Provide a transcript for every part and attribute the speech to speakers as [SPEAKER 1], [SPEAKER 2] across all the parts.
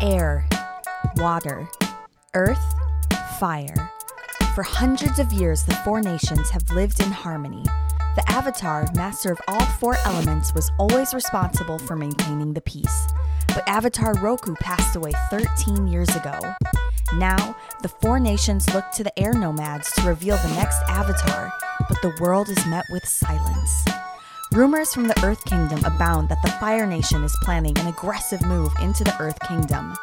[SPEAKER 1] air, water, earth, fire. For hundreds of years, the four nations have lived in harmony. The Avatar, master of all four elements, was always responsible for maintaining the peace. But Avatar Roku passed away 13 years ago. Now, the four nations look to the air nomads to reveal the next Avatar, but the world is met with silence. Rumors from the Earth Kingdom abound that the Fire Nation is planning an aggressive move into the Earth Kingdom.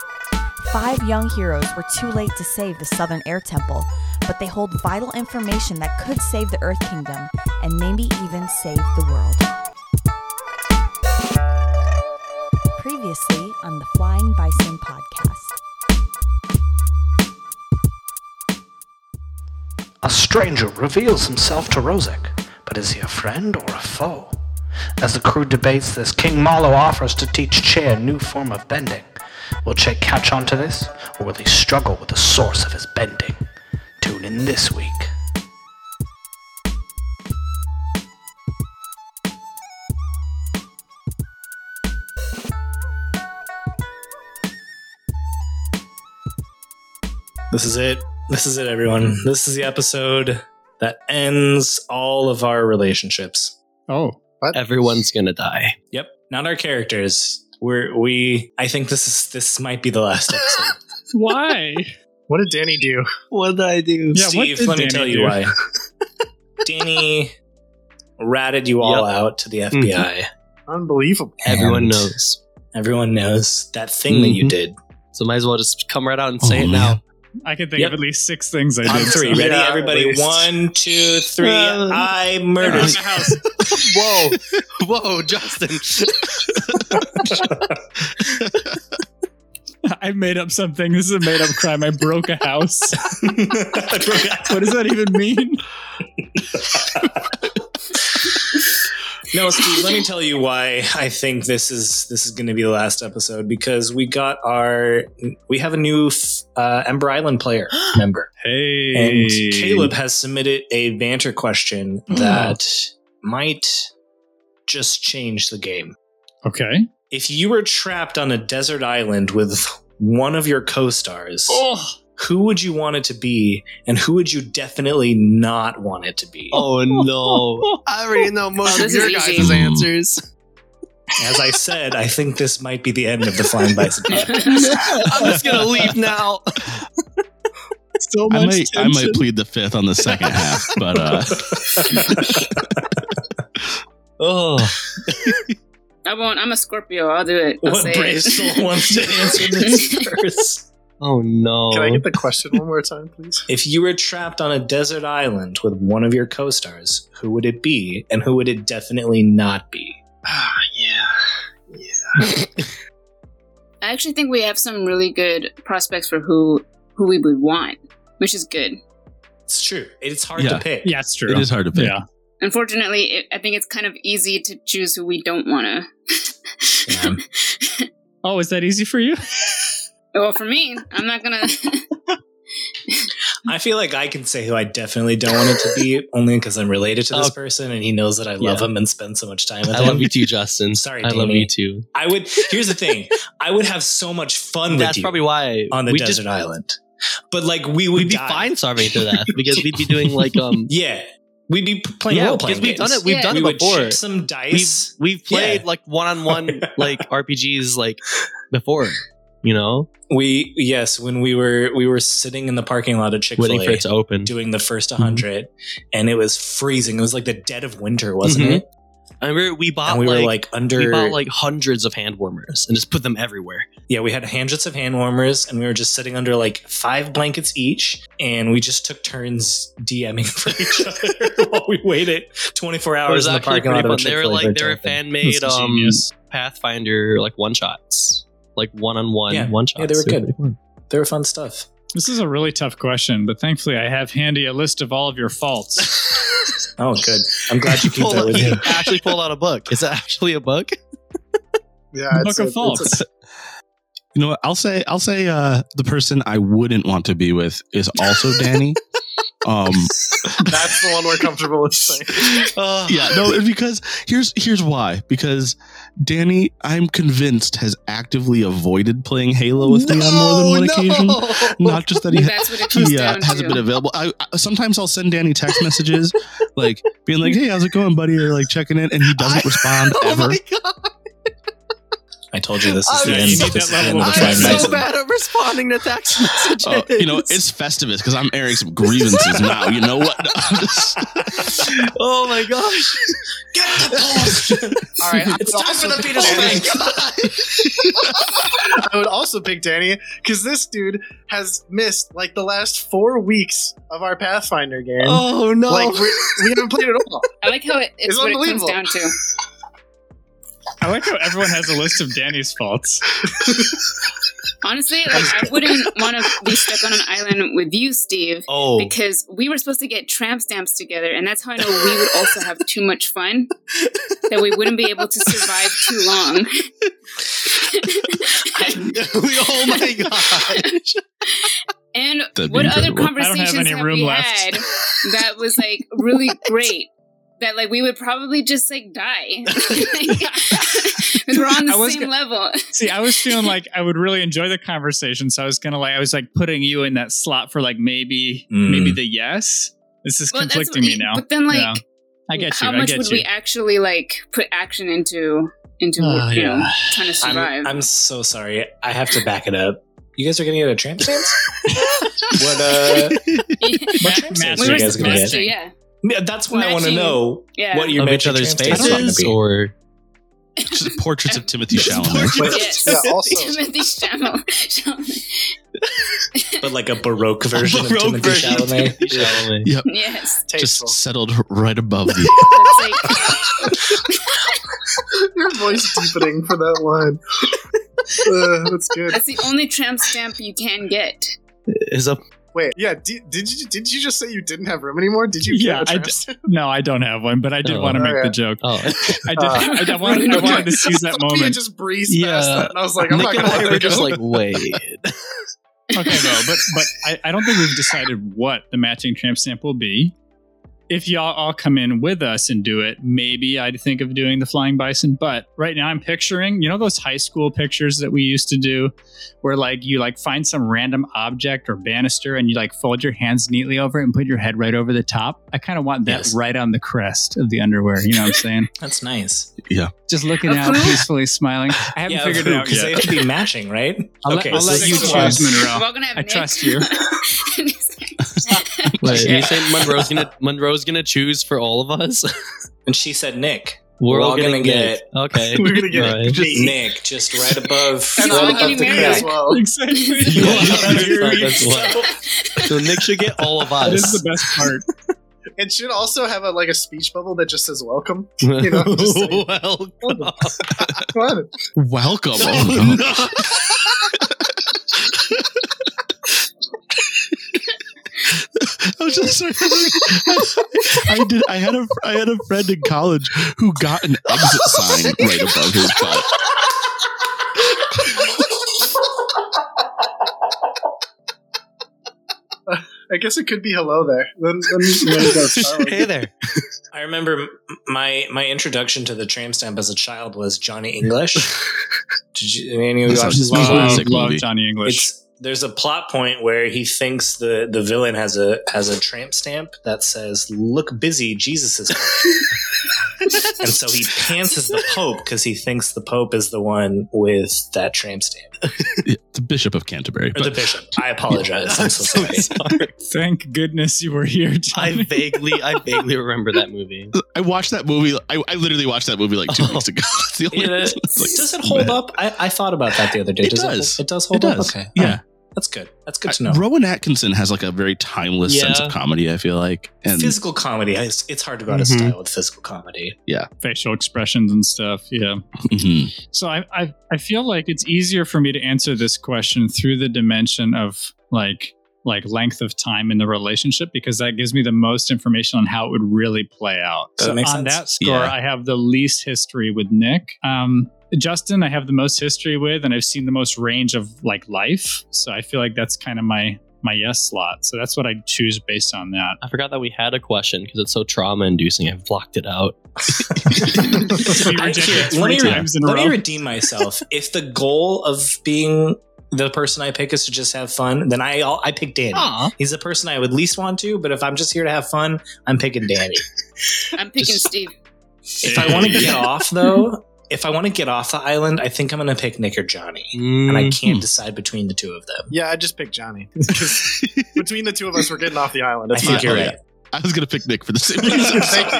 [SPEAKER 1] Five young heroes were too late to save the Southern Air Temple, but they hold vital information that could save the Earth Kingdom and maybe even save the world. Previously on the Flying Bison podcast.
[SPEAKER 2] A stranger reveals himself to Rozek, but is he a friend or a foe? As the crew debates this, King Malo offers to teach Che a new form of bending. Will Che catch on to this, or will he struggle with the source of his bending? Tune in this week.
[SPEAKER 3] This is it. This is it, everyone. This is the episode that ends all of our relationships.
[SPEAKER 4] Oh,
[SPEAKER 5] Everyone's gonna die.
[SPEAKER 3] Yep, not our characters. We're we. I think this is this might be the last episode.
[SPEAKER 4] why?
[SPEAKER 6] What did Danny do?
[SPEAKER 5] What did I do?
[SPEAKER 4] Yeah, what
[SPEAKER 3] Steve,
[SPEAKER 4] did
[SPEAKER 3] let me
[SPEAKER 4] Danny
[SPEAKER 3] tell you
[SPEAKER 4] do?
[SPEAKER 3] why. Danny ratted you all
[SPEAKER 5] Yep. Mm-hmm.
[SPEAKER 3] out to the FBI.
[SPEAKER 6] Unbelievable.
[SPEAKER 5] Everyone
[SPEAKER 3] And
[SPEAKER 5] knows.
[SPEAKER 3] Everyone knows that thing that you
[SPEAKER 5] Mhm.
[SPEAKER 3] did.
[SPEAKER 5] So might as well just come right out and
[SPEAKER 3] Oh,
[SPEAKER 5] say it now.
[SPEAKER 4] I could think
[SPEAKER 3] Yep.
[SPEAKER 4] of at least six things I
[SPEAKER 3] On
[SPEAKER 4] did.
[SPEAKER 3] three,
[SPEAKER 6] Yeah,
[SPEAKER 3] ready,
[SPEAKER 6] at
[SPEAKER 3] everybody?
[SPEAKER 6] least.
[SPEAKER 3] One, two, three.
[SPEAKER 5] Uh,
[SPEAKER 3] I murdered.
[SPEAKER 4] in the house.
[SPEAKER 5] Whoa. Whoa, Justin.
[SPEAKER 4] I made up something. This is a made up crime. I broke a house. what does that even mean?
[SPEAKER 3] No, Steve, let me tell you why I think this is this is going to be the last episode because we got our we have a new f- uh, Ember Island player member,
[SPEAKER 4] Hey,
[SPEAKER 3] and Caleb has submitted a banter question that might just change the game.
[SPEAKER 4] Okay.
[SPEAKER 3] If you were trapped on a desert island with one of your co-stars,
[SPEAKER 4] Oh,
[SPEAKER 3] who would you want it to be, and who would you definitely not want it to be?
[SPEAKER 5] Oh no. I already know most of your guys' answers.
[SPEAKER 3] As I said, I think this might be the end of the Flying Bison podcast.
[SPEAKER 5] I'm just gonna leave now.
[SPEAKER 4] so
[SPEAKER 7] I
[SPEAKER 4] much.
[SPEAKER 7] might, I
[SPEAKER 4] tension.
[SPEAKER 7] might plead the fifth on the second half, but uh,
[SPEAKER 5] Oh.
[SPEAKER 8] I won't. I'm a Scorpio. I'll do it. I'll say
[SPEAKER 3] What brave
[SPEAKER 8] it.
[SPEAKER 3] soul wants to answer this first?
[SPEAKER 5] Oh no.
[SPEAKER 6] Can I get the question one more time, please?
[SPEAKER 3] If you were trapped on a desert island with one of your co-stars, who would it be, and who would it definitely not be?
[SPEAKER 6] Ah, yeah.
[SPEAKER 8] I actually think we have some really good prospects for who who we would want, which is good.
[SPEAKER 3] It's true. It's hard
[SPEAKER 7] Yeah.
[SPEAKER 3] to pick.
[SPEAKER 4] Yeah, it's true.
[SPEAKER 7] it is hard to pick.
[SPEAKER 4] Yeah.
[SPEAKER 8] Unfortunately, it, I think it's kind of easy to choose who we don't want to.
[SPEAKER 3] Yeah.
[SPEAKER 4] Oh, is that easy for you?
[SPEAKER 8] well, for me, I'm not gonna.
[SPEAKER 3] I feel like I can say who I definitely don't want it to be, only because I'm related to this
[SPEAKER 5] Oh.
[SPEAKER 3] person, and he knows that I love
[SPEAKER 5] Yeah.
[SPEAKER 3] him and spend so much time with
[SPEAKER 5] I
[SPEAKER 3] him.
[SPEAKER 5] love you too, Justin.
[SPEAKER 3] Sorry,
[SPEAKER 5] I love
[SPEAKER 3] Danny.
[SPEAKER 5] you too.
[SPEAKER 3] I would. Here's the thing: I would have so much fun with
[SPEAKER 5] That's
[SPEAKER 3] you
[SPEAKER 5] probably why
[SPEAKER 3] on the
[SPEAKER 5] we'd
[SPEAKER 3] desert
[SPEAKER 5] just-
[SPEAKER 3] island. But like, we would
[SPEAKER 5] We'd be
[SPEAKER 3] die.
[SPEAKER 5] fine starving to death because we'd be doing like um
[SPEAKER 3] Yeah, we'd be playing
[SPEAKER 5] yeah,
[SPEAKER 3] role
[SPEAKER 5] because
[SPEAKER 3] playing
[SPEAKER 5] we've
[SPEAKER 3] games.
[SPEAKER 5] done it. We've
[SPEAKER 8] Yeah.
[SPEAKER 5] done
[SPEAKER 3] we
[SPEAKER 5] it
[SPEAKER 3] would
[SPEAKER 5] before.
[SPEAKER 3] chip some dice.
[SPEAKER 5] We've, we've played
[SPEAKER 3] Yeah.
[SPEAKER 5] like one-on-one like RPGs like before, you know,
[SPEAKER 3] We yes, when we were we were sitting in the parking lot at Chick
[SPEAKER 5] waiting
[SPEAKER 3] Fil
[SPEAKER 5] for
[SPEAKER 3] A
[SPEAKER 5] it to open. Mm-hmm.
[SPEAKER 3] doing the first 100 and it was freezing. It was like the dead of winter, wasn't
[SPEAKER 5] Mhm.
[SPEAKER 3] it?
[SPEAKER 5] I remember we bought
[SPEAKER 3] And we
[SPEAKER 5] like,
[SPEAKER 3] were like under
[SPEAKER 5] we bought like hundreds of hand warmers and just put them everywhere.
[SPEAKER 3] yeah, we had hundreds of hand warmers and we were just sitting under like five blankets each, and we just took turns DMing for each other while we waited 24
[SPEAKER 5] It was
[SPEAKER 3] hours in the
[SPEAKER 5] actually
[SPEAKER 3] parking
[SPEAKER 5] pretty
[SPEAKER 3] lot.
[SPEAKER 5] fun.
[SPEAKER 3] of a
[SPEAKER 5] They were
[SPEAKER 3] Chick-fil-A
[SPEAKER 5] like they were
[SPEAKER 3] franchise.
[SPEAKER 5] fan made
[SPEAKER 4] That's
[SPEAKER 5] um
[SPEAKER 4] genius.
[SPEAKER 5] Pathfinder like one shots, like one on
[SPEAKER 3] Yeah.
[SPEAKER 5] one one shots.
[SPEAKER 3] Yeah, they were good. They were fun stuff.
[SPEAKER 4] This is a really tough question, but thankfully I have handy a list of all of your faults.
[SPEAKER 3] Oh, good. I'm glad you keep
[SPEAKER 5] Pull-
[SPEAKER 3] that with
[SPEAKER 5] he
[SPEAKER 3] you.
[SPEAKER 5] actually pulled out a book. Is that actually a book?
[SPEAKER 6] Yeah,
[SPEAKER 4] Book
[SPEAKER 6] it's
[SPEAKER 4] of
[SPEAKER 6] a- it's a-
[SPEAKER 4] faults.
[SPEAKER 7] You know what? I'll say, I'll say, uh, the person I wouldn't want to be with is also Danny, Um,
[SPEAKER 6] That's the one we're comfortable with saying.
[SPEAKER 3] Oh,
[SPEAKER 7] yeah, no, and because here's here's why. Because Danny, I'm convinced, has actively avoided playing Halo with me on more than one occasion. Not just that he
[SPEAKER 8] That's what it comes
[SPEAKER 7] he uh,
[SPEAKER 8] down
[SPEAKER 7] hasn't
[SPEAKER 8] to.
[SPEAKER 7] been available. I, I sometimes I'll send Danny text messages like being like, "Hey, how's it going, buddy?" or like checking in, and he doesn't respond ever.
[SPEAKER 3] I told you this is the
[SPEAKER 6] I'm
[SPEAKER 3] end.
[SPEAKER 6] so-
[SPEAKER 3] This is the end of the
[SPEAKER 6] I'm
[SPEAKER 3] Five Nights.
[SPEAKER 6] so
[SPEAKER 3] at-
[SPEAKER 6] bad at responding to text messages.
[SPEAKER 7] Uh, you know, it's Festivus because I'm airing some grievances now. You know what? I'm just-
[SPEAKER 5] Oh my gosh.
[SPEAKER 3] Get the post.
[SPEAKER 6] all right. I
[SPEAKER 3] It's
[SPEAKER 6] would
[SPEAKER 3] time for
[SPEAKER 6] also
[SPEAKER 3] the
[SPEAKER 6] pick
[SPEAKER 3] Peter
[SPEAKER 6] Danny.
[SPEAKER 3] Spank.
[SPEAKER 6] I would also pick Danny because this dude has missed like the last four weeks of our Pathfinder game.
[SPEAKER 5] Oh no.
[SPEAKER 6] Like we, we haven't played it all.
[SPEAKER 8] I like how it, it's,
[SPEAKER 6] It's
[SPEAKER 8] what it comes
[SPEAKER 6] unbelievable.
[SPEAKER 8] down to.
[SPEAKER 4] I like how everyone has a list of Danny's faults.
[SPEAKER 8] Honestly, like I wouldn't want to be stuck on an island with you, Steve,
[SPEAKER 5] oh.
[SPEAKER 8] because we were supposed to get tramp stamps together, and that's how I know we would also have too much fun that we wouldn't be able to survive too long.
[SPEAKER 5] oh my gosh.
[SPEAKER 8] And
[SPEAKER 7] That'd be
[SPEAKER 8] what other
[SPEAKER 7] incredible.
[SPEAKER 4] I don't have
[SPEAKER 8] conversations have,
[SPEAKER 4] any room
[SPEAKER 8] we
[SPEAKER 4] left.
[SPEAKER 8] had that was like really great? That like we would probably just like die because we're on
[SPEAKER 4] I
[SPEAKER 8] the
[SPEAKER 4] was
[SPEAKER 8] same
[SPEAKER 4] gonna-
[SPEAKER 8] level.
[SPEAKER 4] See, I was feeling like I would really enjoy the conversation, so I was gonna like I was like putting you in that slot for like maybe
[SPEAKER 3] Mm.
[SPEAKER 4] maybe the yes. This is
[SPEAKER 8] Well, that's
[SPEAKER 4] conflicting
[SPEAKER 8] what-
[SPEAKER 4] me now.
[SPEAKER 8] But then like.
[SPEAKER 4] Yeah. I get you.
[SPEAKER 8] How
[SPEAKER 4] I
[SPEAKER 8] much
[SPEAKER 4] get
[SPEAKER 8] would
[SPEAKER 4] you.
[SPEAKER 8] we actually like put action into into
[SPEAKER 4] Uh,
[SPEAKER 3] Oh,
[SPEAKER 8] you know
[SPEAKER 3] yeah.
[SPEAKER 8] trying to survive?
[SPEAKER 3] I'm, I'm so sorry. I have to back it up. You guys are gonna get a tramp stamps? what uh what tramp stamps are
[SPEAKER 4] Matching.
[SPEAKER 8] we
[SPEAKER 3] you
[SPEAKER 8] were
[SPEAKER 3] guys gonna
[SPEAKER 8] supposed
[SPEAKER 3] get?
[SPEAKER 8] to, yeah,
[SPEAKER 3] Yeah, That's why I wanna
[SPEAKER 8] Matching.
[SPEAKER 3] know
[SPEAKER 8] yeah.
[SPEAKER 3] what your
[SPEAKER 5] of each
[SPEAKER 3] magic
[SPEAKER 5] other's
[SPEAKER 3] tramp stamps are gonna
[SPEAKER 5] faces
[SPEAKER 3] be.
[SPEAKER 5] or
[SPEAKER 7] just portraits of Timothy Chalamet.
[SPEAKER 8] yes.
[SPEAKER 6] Yeah, also,
[SPEAKER 8] Timothy Chalamet. Chalamet.
[SPEAKER 3] but like a baroque version of Timothy Chalamet.
[SPEAKER 5] Chalamet.
[SPEAKER 8] yes,
[SPEAKER 6] tasteful.
[SPEAKER 7] Just settled right above the.
[SPEAKER 8] that's like
[SPEAKER 6] Your voice deepening for that line. Uh, that's good.
[SPEAKER 8] that's the only tramp stamp you can get.
[SPEAKER 5] Is up
[SPEAKER 6] Wait, yeah. Di- did you did you just say you didn't have room anymore? Did you?
[SPEAKER 4] Yeah,
[SPEAKER 6] get a
[SPEAKER 4] I
[SPEAKER 6] trans-
[SPEAKER 4] No, I don't have one, but I did
[SPEAKER 5] Oh.
[SPEAKER 4] want to make the
[SPEAKER 6] Okay.
[SPEAKER 4] joke.
[SPEAKER 5] oh
[SPEAKER 4] I did. I, I wanted, I wanted to seize that
[SPEAKER 6] Sophia
[SPEAKER 4] moment.
[SPEAKER 6] just breezed
[SPEAKER 5] Yeah.
[SPEAKER 6] past that, and I was like, oh, I'm
[SPEAKER 5] Nick and
[SPEAKER 6] not gonna
[SPEAKER 5] I
[SPEAKER 6] let
[SPEAKER 5] were
[SPEAKER 6] it
[SPEAKER 5] just
[SPEAKER 6] go.
[SPEAKER 5] like wait.
[SPEAKER 4] Okay, though, but but I, I don't think we've decided what the matching tramp stamp will be. If y'all all come in with us and do it, maybe I'd think of doing the flying bison. But right now, I'm picturing, you know, those high school pictures that we used to do, where like you like find some random object or banister and you like fold your hands neatly over it and put your head right over the top. I kind of want that
[SPEAKER 3] Yes.
[SPEAKER 4] right on the crest of the underwear. You know what I'm saying?
[SPEAKER 3] That's nice.
[SPEAKER 4] Just looking
[SPEAKER 8] Of
[SPEAKER 4] out,
[SPEAKER 8] who?
[SPEAKER 4] peacefully smiling. I haven't
[SPEAKER 3] yeah,
[SPEAKER 4] figured it out
[SPEAKER 3] because they
[SPEAKER 4] yet.
[SPEAKER 3] have to be matching, right?
[SPEAKER 4] I'll let-
[SPEAKER 3] okay,
[SPEAKER 4] I'll
[SPEAKER 3] so
[SPEAKER 4] let you
[SPEAKER 3] six
[SPEAKER 4] choose,
[SPEAKER 3] ones.
[SPEAKER 4] Monroe.
[SPEAKER 8] We're all gonna have
[SPEAKER 4] I
[SPEAKER 8] Nick.
[SPEAKER 4] trust you.
[SPEAKER 5] Wait,
[SPEAKER 3] Yeah.
[SPEAKER 5] you saying Monroe's gonna Monroe's gonna choose for all of us?
[SPEAKER 3] And she said Nick.
[SPEAKER 5] We're,
[SPEAKER 3] We're
[SPEAKER 5] all
[SPEAKER 3] all
[SPEAKER 5] gonna,
[SPEAKER 3] gonna
[SPEAKER 5] get, okay.
[SPEAKER 6] We're gonna get
[SPEAKER 5] Right.
[SPEAKER 6] me.
[SPEAKER 3] Nick, just right above
[SPEAKER 6] and
[SPEAKER 8] He's
[SPEAKER 6] I'm
[SPEAKER 8] not
[SPEAKER 6] about
[SPEAKER 8] getting
[SPEAKER 6] to be
[SPEAKER 8] married.
[SPEAKER 6] as well.
[SPEAKER 4] Exactly.
[SPEAKER 5] You
[SPEAKER 3] Yeah,
[SPEAKER 5] are gonna
[SPEAKER 3] you're-
[SPEAKER 5] get yourself. So Nick should get all of
[SPEAKER 4] That is
[SPEAKER 5] us.
[SPEAKER 4] the best part.
[SPEAKER 6] It should also have a like a speech bubble that just says "Welcome." you know, just saying.
[SPEAKER 5] well,
[SPEAKER 6] Come on.
[SPEAKER 7] Welcome. Oh, no. I was just sorry. I did. I had a. I had a friend in college who got an exit sign right above his butt.
[SPEAKER 6] I guess it could be hello there. Then, then when it goes silent.
[SPEAKER 5] hey there.
[SPEAKER 3] I remember m- my my introduction to the tram stamp as a child was Johnny English. Did you, any of you
[SPEAKER 7] That
[SPEAKER 3] watch
[SPEAKER 7] sounds
[SPEAKER 3] this?
[SPEAKER 7] Wow.
[SPEAKER 4] Love,
[SPEAKER 7] Classic
[SPEAKER 4] love
[SPEAKER 7] movie.
[SPEAKER 4] Johnny English.
[SPEAKER 3] It's there's a plot point where he thinks the the villain has a has a tramp stamp that says "Look busy, Jesus is coming," and so he pants as the Pope because he thinks the Pope is the one with that tramp stamp
[SPEAKER 7] Yeah, the Bishop of Canterbury.
[SPEAKER 3] or the
[SPEAKER 7] But
[SPEAKER 3] Bishop. I apologize. I'm so sorry.
[SPEAKER 4] Thank goodness you were here,
[SPEAKER 5] I
[SPEAKER 4] Johnny.
[SPEAKER 5] vaguely I vaguely remember that movie.
[SPEAKER 7] I watched that movie. I, I literally watched that movie like two
[SPEAKER 5] Oh.
[SPEAKER 7] weeks ago. It's the only
[SPEAKER 3] Yeah, that-
[SPEAKER 7] reason. It's like,
[SPEAKER 3] does it hold
[SPEAKER 7] man.
[SPEAKER 3] up? I, I thought about that the other day.
[SPEAKER 7] It
[SPEAKER 3] does,
[SPEAKER 7] does.
[SPEAKER 3] It, it does hold
[SPEAKER 7] It
[SPEAKER 3] up.
[SPEAKER 7] does.
[SPEAKER 3] Okay.
[SPEAKER 7] Yeah.
[SPEAKER 3] Alright. that's good. That's good to know.
[SPEAKER 7] Rowan Atkinson has like a very timeless sense
[SPEAKER 5] Yeah.
[SPEAKER 7] of comedy. I feel like, and
[SPEAKER 3] physical comedy. It's, it's hard to go out of
[SPEAKER 5] Mhm.
[SPEAKER 3] style with physical comedy.
[SPEAKER 4] Facial expressions and stuff. Yeah.
[SPEAKER 7] Mhm.
[SPEAKER 4] So I, I I feel like it's easier for me to answer this question through the dimension of like like length of time in the relationship because that gives me the most information on how it would really play out.
[SPEAKER 3] Does that make
[SPEAKER 4] on
[SPEAKER 3] sense?
[SPEAKER 4] that score,
[SPEAKER 7] Yeah.
[SPEAKER 4] I have the least history with Nick. Um, Justin, I have the most history with, and I've seen the most range of like life. So I feel like that's kind of my my yes slot. So that's what I choose based on that.
[SPEAKER 5] I forgot that we had a question because it's so trauma inducing. I've blocked it out.
[SPEAKER 4] to be
[SPEAKER 3] I
[SPEAKER 4] rejected
[SPEAKER 3] can't-
[SPEAKER 4] three
[SPEAKER 3] let me re-
[SPEAKER 4] times in a
[SPEAKER 3] Let
[SPEAKER 4] row.
[SPEAKER 3] me redeem myself. if the goal of being the person I pick is to just have fun, then I I'll, I pick Danny.
[SPEAKER 4] Aw.
[SPEAKER 3] He's the person I would least want to, but if I'm just here to have fun, I'm picking Danny.
[SPEAKER 8] I'm picking
[SPEAKER 5] Just-
[SPEAKER 8] Steve.
[SPEAKER 3] if I want to get off though, if I want to get off the island, I think I'm going to pick Nick or Johnny. And I can't decide between the two of them.
[SPEAKER 6] Yeah, I just picked Johnny. 'Cause Between the two of us, we're getting off the island.
[SPEAKER 3] I
[SPEAKER 6] That's
[SPEAKER 3] think
[SPEAKER 6] fine.
[SPEAKER 3] you're
[SPEAKER 7] yeah.
[SPEAKER 3] right.
[SPEAKER 7] I was gonna pick Nick for the same reason.
[SPEAKER 6] Thank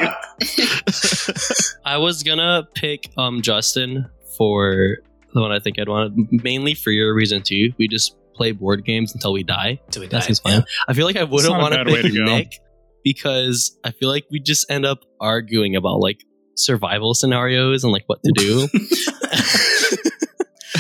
[SPEAKER 6] you.
[SPEAKER 5] Mm. I was gonna pick um Justin for the one I think I'd want, mainly for your reason too. We just play board games until we die.
[SPEAKER 3] Do we die?
[SPEAKER 5] That seems fun. I feel like I wouldn't
[SPEAKER 4] not a
[SPEAKER 5] want to
[SPEAKER 4] bad way
[SPEAKER 5] pick
[SPEAKER 4] to go.
[SPEAKER 5] Nick because I feel like we just end up arguing about like survival scenarios and like what to do.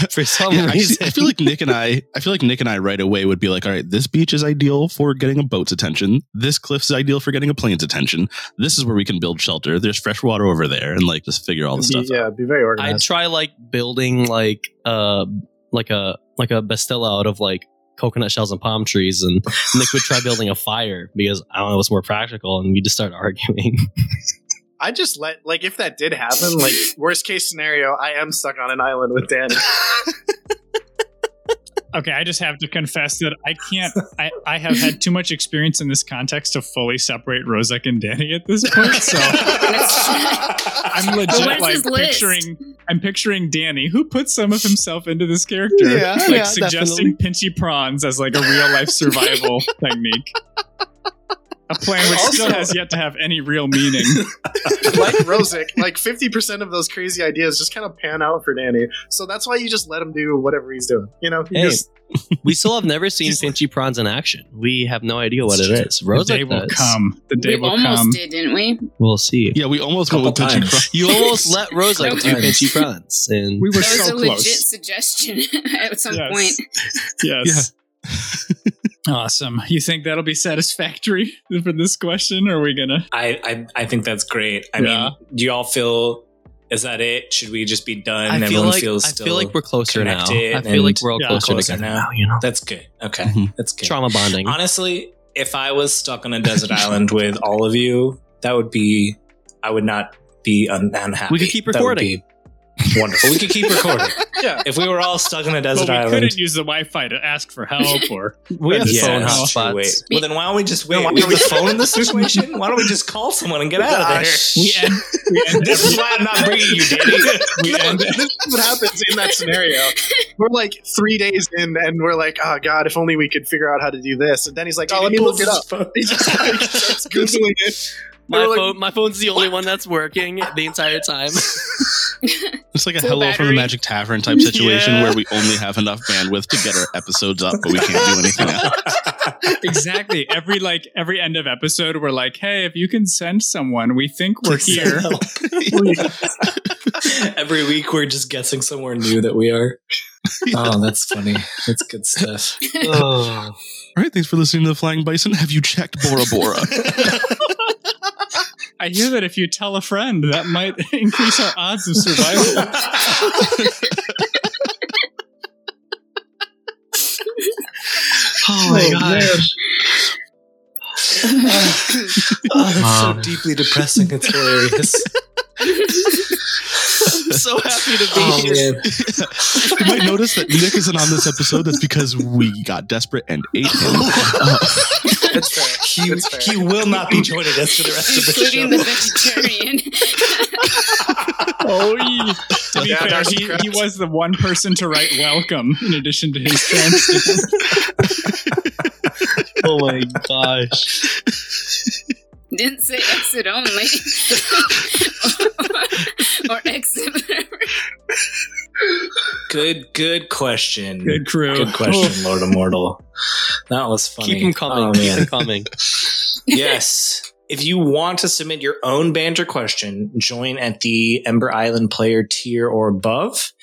[SPEAKER 5] for some
[SPEAKER 7] Yeah, I,
[SPEAKER 5] reason,
[SPEAKER 7] see- I feel like Nick and I, I feel like Nick and I right away would be like, all right, this beach is ideal for getting a boat's attention. This cliff's ideal for getting a plane's attention. This is where we can build shelter. There's fresh water over there, and like just figure all this stuff.
[SPEAKER 6] Yeah, be very
[SPEAKER 5] I
[SPEAKER 6] organized.
[SPEAKER 5] try like building like uh like a like a bastilla out of like coconut shells and palm trees and Nick would try building a fire because I don't know what's more practical and we just start arguing.
[SPEAKER 6] I just let like if that did happen, like worst case scenario, I am stuck on an island with Danny.
[SPEAKER 4] Okay, I just have to confess that I can't. I, I have had too much experience in this context to fully separate Rozek and Danny at this point. So I'm
[SPEAKER 8] But what
[SPEAKER 4] legit
[SPEAKER 8] is
[SPEAKER 4] like
[SPEAKER 8] his list?
[SPEAKER 4] picturing. I'm picturing Danny, who put some of himself into this character,
[SPEAKER 5] Yeah,
[SPEAKER 4] like
[SPEAKER 5] yeah,
[SPEAKER 4] suggesting pinchy prawns as like a real life survival technique. A plan which still
[SPEAKER 6] Also-
[SPEAKER 4] has yet to have any real meaning.
[SPEAKER 6] like Rosick, like fifty percent of those crazy ideas just kind of pan out for Danny. So that's why you just let him do whatever he's doing. You know, you
[SPEAKER 5] Hey,
[SPEAKER 6] just
[SPEAKER 5] we still have never seen Pinchy prawns in action. We have no idea what it is.
[SPEAKER 4] the day
[SPEAKER 5] Rosa
[SPEAKER 4] will
[SPEAKER 5] does.
[SPEAKER 4] come. The day
[SPEAKER 8] we
[SPEAKER 4] will
[SPEAKER 8] almost
[SPEAKER 4] come.
[SPEAKER 8] did, didn't we?
[SPEAKER 5] We'll see.
[SPEAKER 7] Yeah, we almost went
[SPEAKER 2] Couple
[SPEAKER 7] with Pinchy
[SPEAKER 2] times.
[SPEAKER 7] Cross.
[SPEAKER 5] You almost let Rosa do
[SPEAKER 8] Sometimes.
[SPEAKER 5] Pinchy prawns, and
[SPEAKER 4] We were
[SPEAKER 8] That was
[SPEAKER 4] so
[SPEAKER 8] a
[SPEAKER 4] close.
[SPEAKER 8] legit suggestion at some
[SPEAKER 4] Yes.
[SPEAKER 8] point.
[SPEAKER 4] Yes. awesome. You think that'll be satisfactory for this question? Or are we gonna?
[SPEAKER 3] I, I I think that's great. I
[SPEAKER 4] Yeah.
[SPEAKER 3] mean, do y'all feel is that it? Should we just be done?
[SPEAKER 5] I feel
[SPEAKER 3] Everyone
[SPEAKER 5] like
[SPEAKER 3] feels
[SPEAKER 5] I
[SPEAKER 3] still
[SPEAKER 5] feel like we're closer now.
[SPEAKER 3] connected
[SPEAKER 5] I feel like
[SPEAKER 3] and-
[SPEAKER 5] we're all
[SPEAKER 4] Yeah,
[SPEAKER 5] closer,
[SPEAKER 3] closer
[SPEAKER 5] together
[SPEAKER 3] now.
[SPEAKER 5] now. You know,
[SPEAKER 3] that's good. Okay.
[SPEAKER 7] Mhm.
[SPEAKER 3] That's good.
[SPEAKER 5] trauma bonding.
[SPEAKER 3] Honestly, if I was stuck on a desert island with all of you, that would be I would not be un- unhappy.
[SPEAKER 5] We could keep
[SPEAKER 3] That would
[SPEAKER 5] recording.
[SPEAKER 3] be wonderful. We could keep recording.
[SPEAKER 6] Yeah.
[SPEAKER 3] If we were all stuck on a
[SPEAKER 4] But
[SPEAKER 3] desert
[SPEAKER 4] we
[SPEAKER 3] island.
[SPEAKER 4] couldn't use the Wi-Fi to ask for help or
[SPEAKER 5] We have
[SPEAKER 4] Yeah,
[SPEAKER 5] phone
[SPEAKER 4] that's
[SPEAKER 3] that's true.
[SPEAKER 5] hotspots.
[SPEAKER 3] Wait. Well, then why don't we just wait?
[SPEAKER 6] why
[SPEAKER 3] we
[SPEAKER 6] don't
[SPEAKER 3] have the phone in this situation? Why don't we just call someone and get out
[SPEAKER 6] Ah,
[SPEAKER 3] of there?
[SPEAKER 4] we end. We end
[SPEAKER 3] This is why I'm not bringing you, Danny.
[SPEAKER 4] we
[SPEAKER 6] No,
[SPEAKER 4] end
[SPEAKER 6] this is what happens in that scenario. We're like three days in, and we're like, oh god, if only we could figure out how to do this. And then he's like, oh, let me look it up. He just like starts googling it.
[SPEAKER 5] My
[SPEAKER 6] We're like,
[SPEAKER 5] phone, my phone's the only one that's working the entire time.
[SPEAKER 7] It's like a
[SPEAKER 8] Full
[SPEAKER 7] hello from the
[SPEAKER 8] battery.
[SPEAKER 7] Magic Tavern type situation
[SPEAKER 5] Yeah.
[SPEAKER 7] where we only have enough bandwidth to get our episodes up, but we can't do anything else.
[SPEAKER 4] exactly every like every end of episode. We're like, hey, if you can send someone, we think we're here.
[SPEAKER 3] Every week we're just guessing somewhere new that we are. Oh, that's funny. That's good stuff.
[SPEAKER 7] All right, thanks for listening to the Flying Bison. Have you checked Bora Bora?
[SPEAKER 4] I hear that if you tell a friend, that might increase our odds of survival.
[SPEAKER 5] Oh my gosh.
[SPEAKER 3] Oh, that's so deeply depressing. It's hilarious.
[SPEAKER 5] I'm so happy to be
[SPEAKER 3] Oh,
[SPEAKER 5] here.
[SPEAKER 3] man.
[SPEAKER 7] you might notice that Nick isn't on this episode. That's because we got desperate and ate him.
[SPEAKER 6] That's fair.
[SPEAKER 3] He,
[SPEAKER 6] That's fair.
[SPEAKER 3] he will not be joining us for the rest of the
[SPEAKER 8] Including
[SPEAKER 3] show.
[SPEAKER 8] the vegetarian.
[SPEAKER 4] Oh, ye- to be
[SPEAKER 6] Yeah,
[SPEAKER 4] fair,
[SPEAKER 6] that's
[SPEAKER 4] he,
[SPEAKER 6] correct.
[SPEAKER 4] he was the one person to write welcome in addition to his transcript.
[SPEAKER 5] Oh my gosh.
[SPEAKER 8] Didn't say exit only. or exit.
[SPEAKER 3] good, good question.
[SPEAKER 4] Good crew. Oh,
[SPEAKER 3] Good question, Lord Immortal. That was funny.
[SPEAKER 5] Keep them coming.
[SPEAKER 3] Oh,
[SPEAKER 5] Keep
[SPEAKER 3] man.
[SPEAKER 5] them coming.
[SPEAKER 3] yes. If you want to submit your own banter question, join at the Ember Island player tier or above,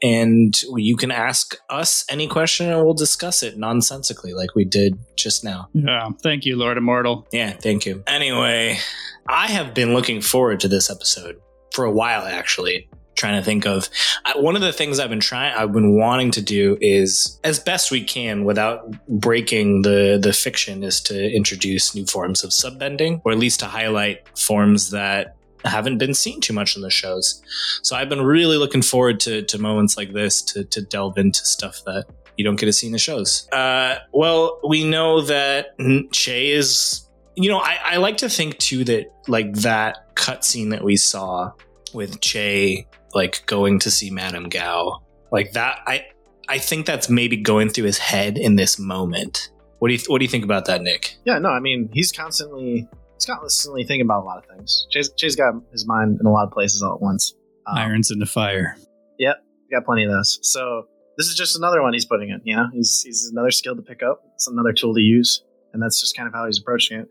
[SPEAKER 3] and you can ask us any question and we'll discuss it nonsensically like we did just now.
[SPEAKER 4] Yeah, thank you, Lord Immortal.
[SPEAKER 3] Yeah, thank you. Anyway, I have been looking forward to this episode for a while, actually. trying to think of I, one of the things I've been trying, I've been wanting to do is as best we can without breaking the the fiction is to introduce new forms of subbending, or at least to highlight forms that haven't been seen too much in the shows. So I've been really looking forward to to moments like this to to delve into stuff that you don't get to see in the shows. Uh, well, we know that Shay is. You know, I, I like to think too that like that cutscene that we saw with Che like going to see Madame Gao, like that. I I think that's maybe going through his head in this moment. What do you What do you think about that, Nick?
[SPEAKER 6] Yeah, no, I mean he's constantly he's constantly thinking about a lot of things. Che's, Che's got his mind in a lot of places all at once. Um,
[SPEAKER 4] Irons in the fire.
[SPEAKER 6] Yep, yeah, got plenty of those. So this is just another one he's putting in. You know, he's he's another skill to pick up. It's another tool to use, and that's just kind of how he's approaching it.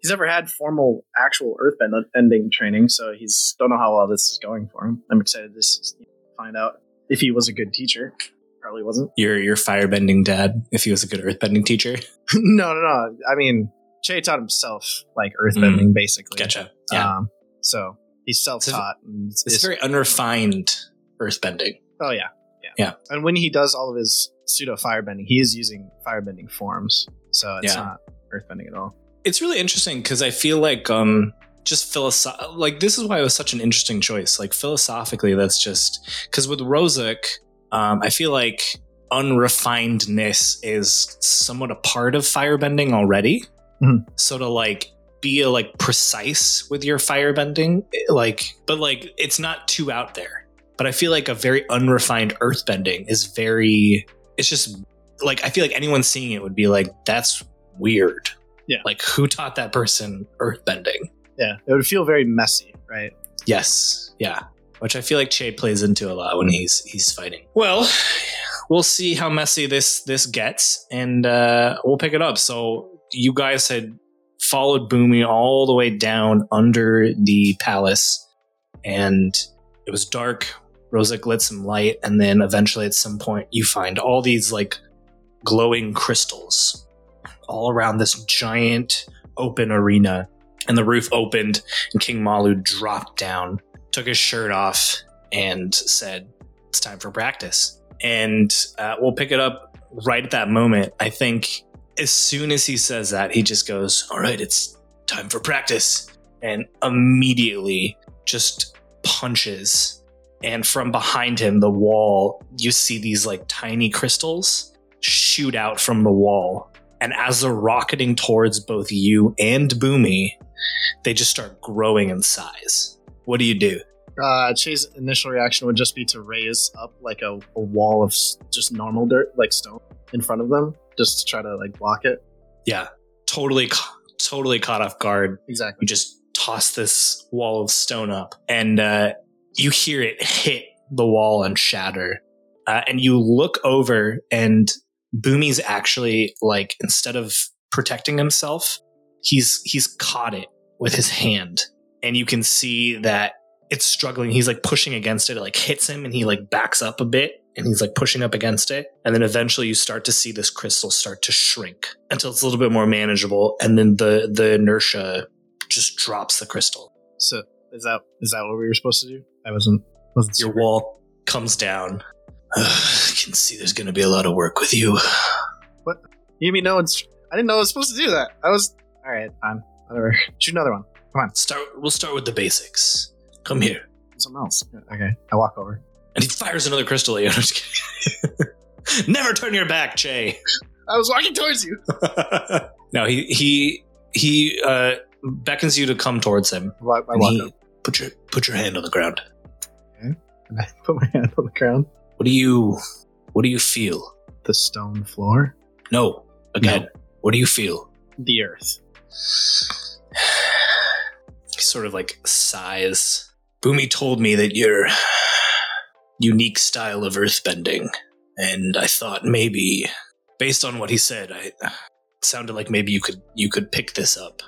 [SPEAKER 6] He's never had formal actual earthbend ending training, so he's don't know how well this is going for him. I'm excited to find out if he was a good teacher. Probably wasn't.
[SPEAKER 3] Your your firebending dad, if he was a good earthbending teacher.
[SPEAKER 6] no, no, no. I mean, Che taught himself like earthbending,
[SPEAKER 3] Mm.
[SPEAKER 6] basically.
[SPEAKER 3] Gotcha. Yeah.
[SPEAKER 6] Um, so he's self-taught. and
[SPEAKER 3] it's, very unrefined earthbending.
[SPEAKER 6] Oh yeah, yeah,
[SPEAKER 3] Yeah.
[SPEAKER 6] And when he does all of his pseudo firebending, he is using firebending forms, so it's
[SPEAKER 3] Yeah.
[SPEAKER 6] not earthbending at all.
[SPEAKER 3] It's really interesting because I feel like um just philosoph like this is why it was such an interesting choice. Like philosophically, that's just because with Rosic, um, I feel like unrefinedness is somewhat a part of firebending already.
[SPEAKER 6] Mhm.
[SPEAKER 3] So to like be like precise with your firebending, it- like but like it's not too out there. But I feel like a very unrefined earthbending is very. It's just like I feel like anyone seeing it would be like, "That's weird."
[SPEAKER 6] Yeah.
[SPEAKER 3] Like who taught that person earthbending?
[SPEAKER 6] Yeah, it would feel very messy, right?
[SPEAKER 3] Yes, yeah. Which I feel like Che plays into a lot when he's he's fighting. Well, we'll see how messy this this gets, and uh, we'll pick it up. So you guys had followed Boomy all the way down under the palace, and it was dark. Rosic lit some light, and then eventually, at some point, you find all these like glowing crystals all around this giant open arena, and the roof opened, and King Malu dropped down, took his shirt off, and said, It's time for practice. And uh, we'll pick it up right at that moment. I think as soon as he says that, he just goes, All right, it's time for practice. And immediately just punches. And from behind him, the wall, you see these like tiny crystals shoot out from the wall. And as they're rocketing towards both you and Boomy, they just start growing in size. What do you do?
[SPEAKER 6] Uh, Che's initial reaction would just be to raise up like a, a wall of s- just normal dirt, like stone, in front of them, just to try to like block it.
[SPEAKER 3] Yeah, totally, ca- totally caught off guard.
[SPEAKER 6] Exactly.
[SPEAKER 3] You just toss this wall of stone up, and uh, you hear it hit the wall and shatter. Uh, and you look over, and Boomy's actually like instead of protecting himself, he's he's caught it with his hand, and you can see that it's struggling. He's like pushing against it. It like hits him, and he like backs up a bit. And he's like pushing up against it. And then eventually you start to see this crystal start to shrink until it's a little bit more manageable. And then the the inertia just drops the crystal.
[SPEAKER 6] So is that is that what we were supposed to do? I wasn't. wasn't
[SPEAKER 3] Your
[SPEAKER 6] super-
[SPEAKER 3] wall comes down. I can see there's going to be a lot of work with you.
[SPEAKER 6] You mean no one's? I didn't know I was supposed to do that. I was. All right, fine, whatever. Shoot another one.
[SPEAKER 3] Start. We'll start with the basics. Come here.
[SPEAKER 6] Something else. Okay, I walk over.
[SPEAKER 3] And he fires another crystal at you. I'm just kidding. Never turn your back, Che.
[SPEAKER 6] I was walking towards you.
[SPEAKER 3] no, he he he uh, beckons you to come towards him.
[SPEAKER 6] I, I
[SPEAKER 3] And
[SPEAKER 6] walk
[SPEAKER 3] he-
[SPEAKER 6] over
[SPEAKER 3] put your put your hand on the ground.
[SPEAKER 6] and I put my hand on the ground.
[SPEAKER 3] What do you what do you feel?
[SPEAKER 6] The stone floor.
[SPEAKER 3] No. Again. What do you feel?
[SPEAKER 6] The earth.
[SPEAKER 3] He sort of like sighs. Boomy told me that your unique style of earthbending, and I thought maybe, based on what he said, I it sounded like maybe you could you could pick this up.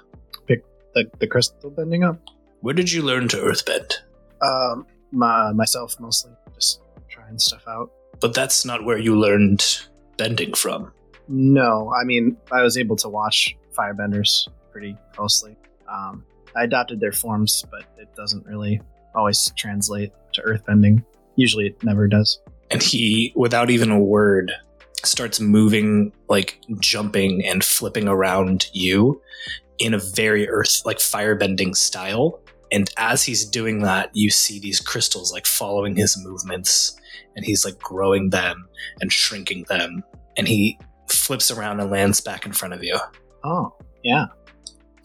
[SPEAKER 6] The, the crystal bending up.
[SPEAKER 3] Where did you learn to earthbend?
[SPEAKER 6] Um, my, myself mostly just trying stuff out.
[SPEAKER 3] But that's not where you learned bending from.
[SPEAKER 6] No, I mean I was able to watch firebenders pretty closely. Um, I adopted their forms, but it doesn't really always translate to earthbending. Usually it never does.
[SPEAKER 3] and he without even a word starts moving like jumping and flipping around you in a very earth like firebending style and as he's doing that you see these crystals like following his movements and he's like growing them and shrinking them and he flips around and lands back in front of you
[SPEAKER 6] Oh, yeah.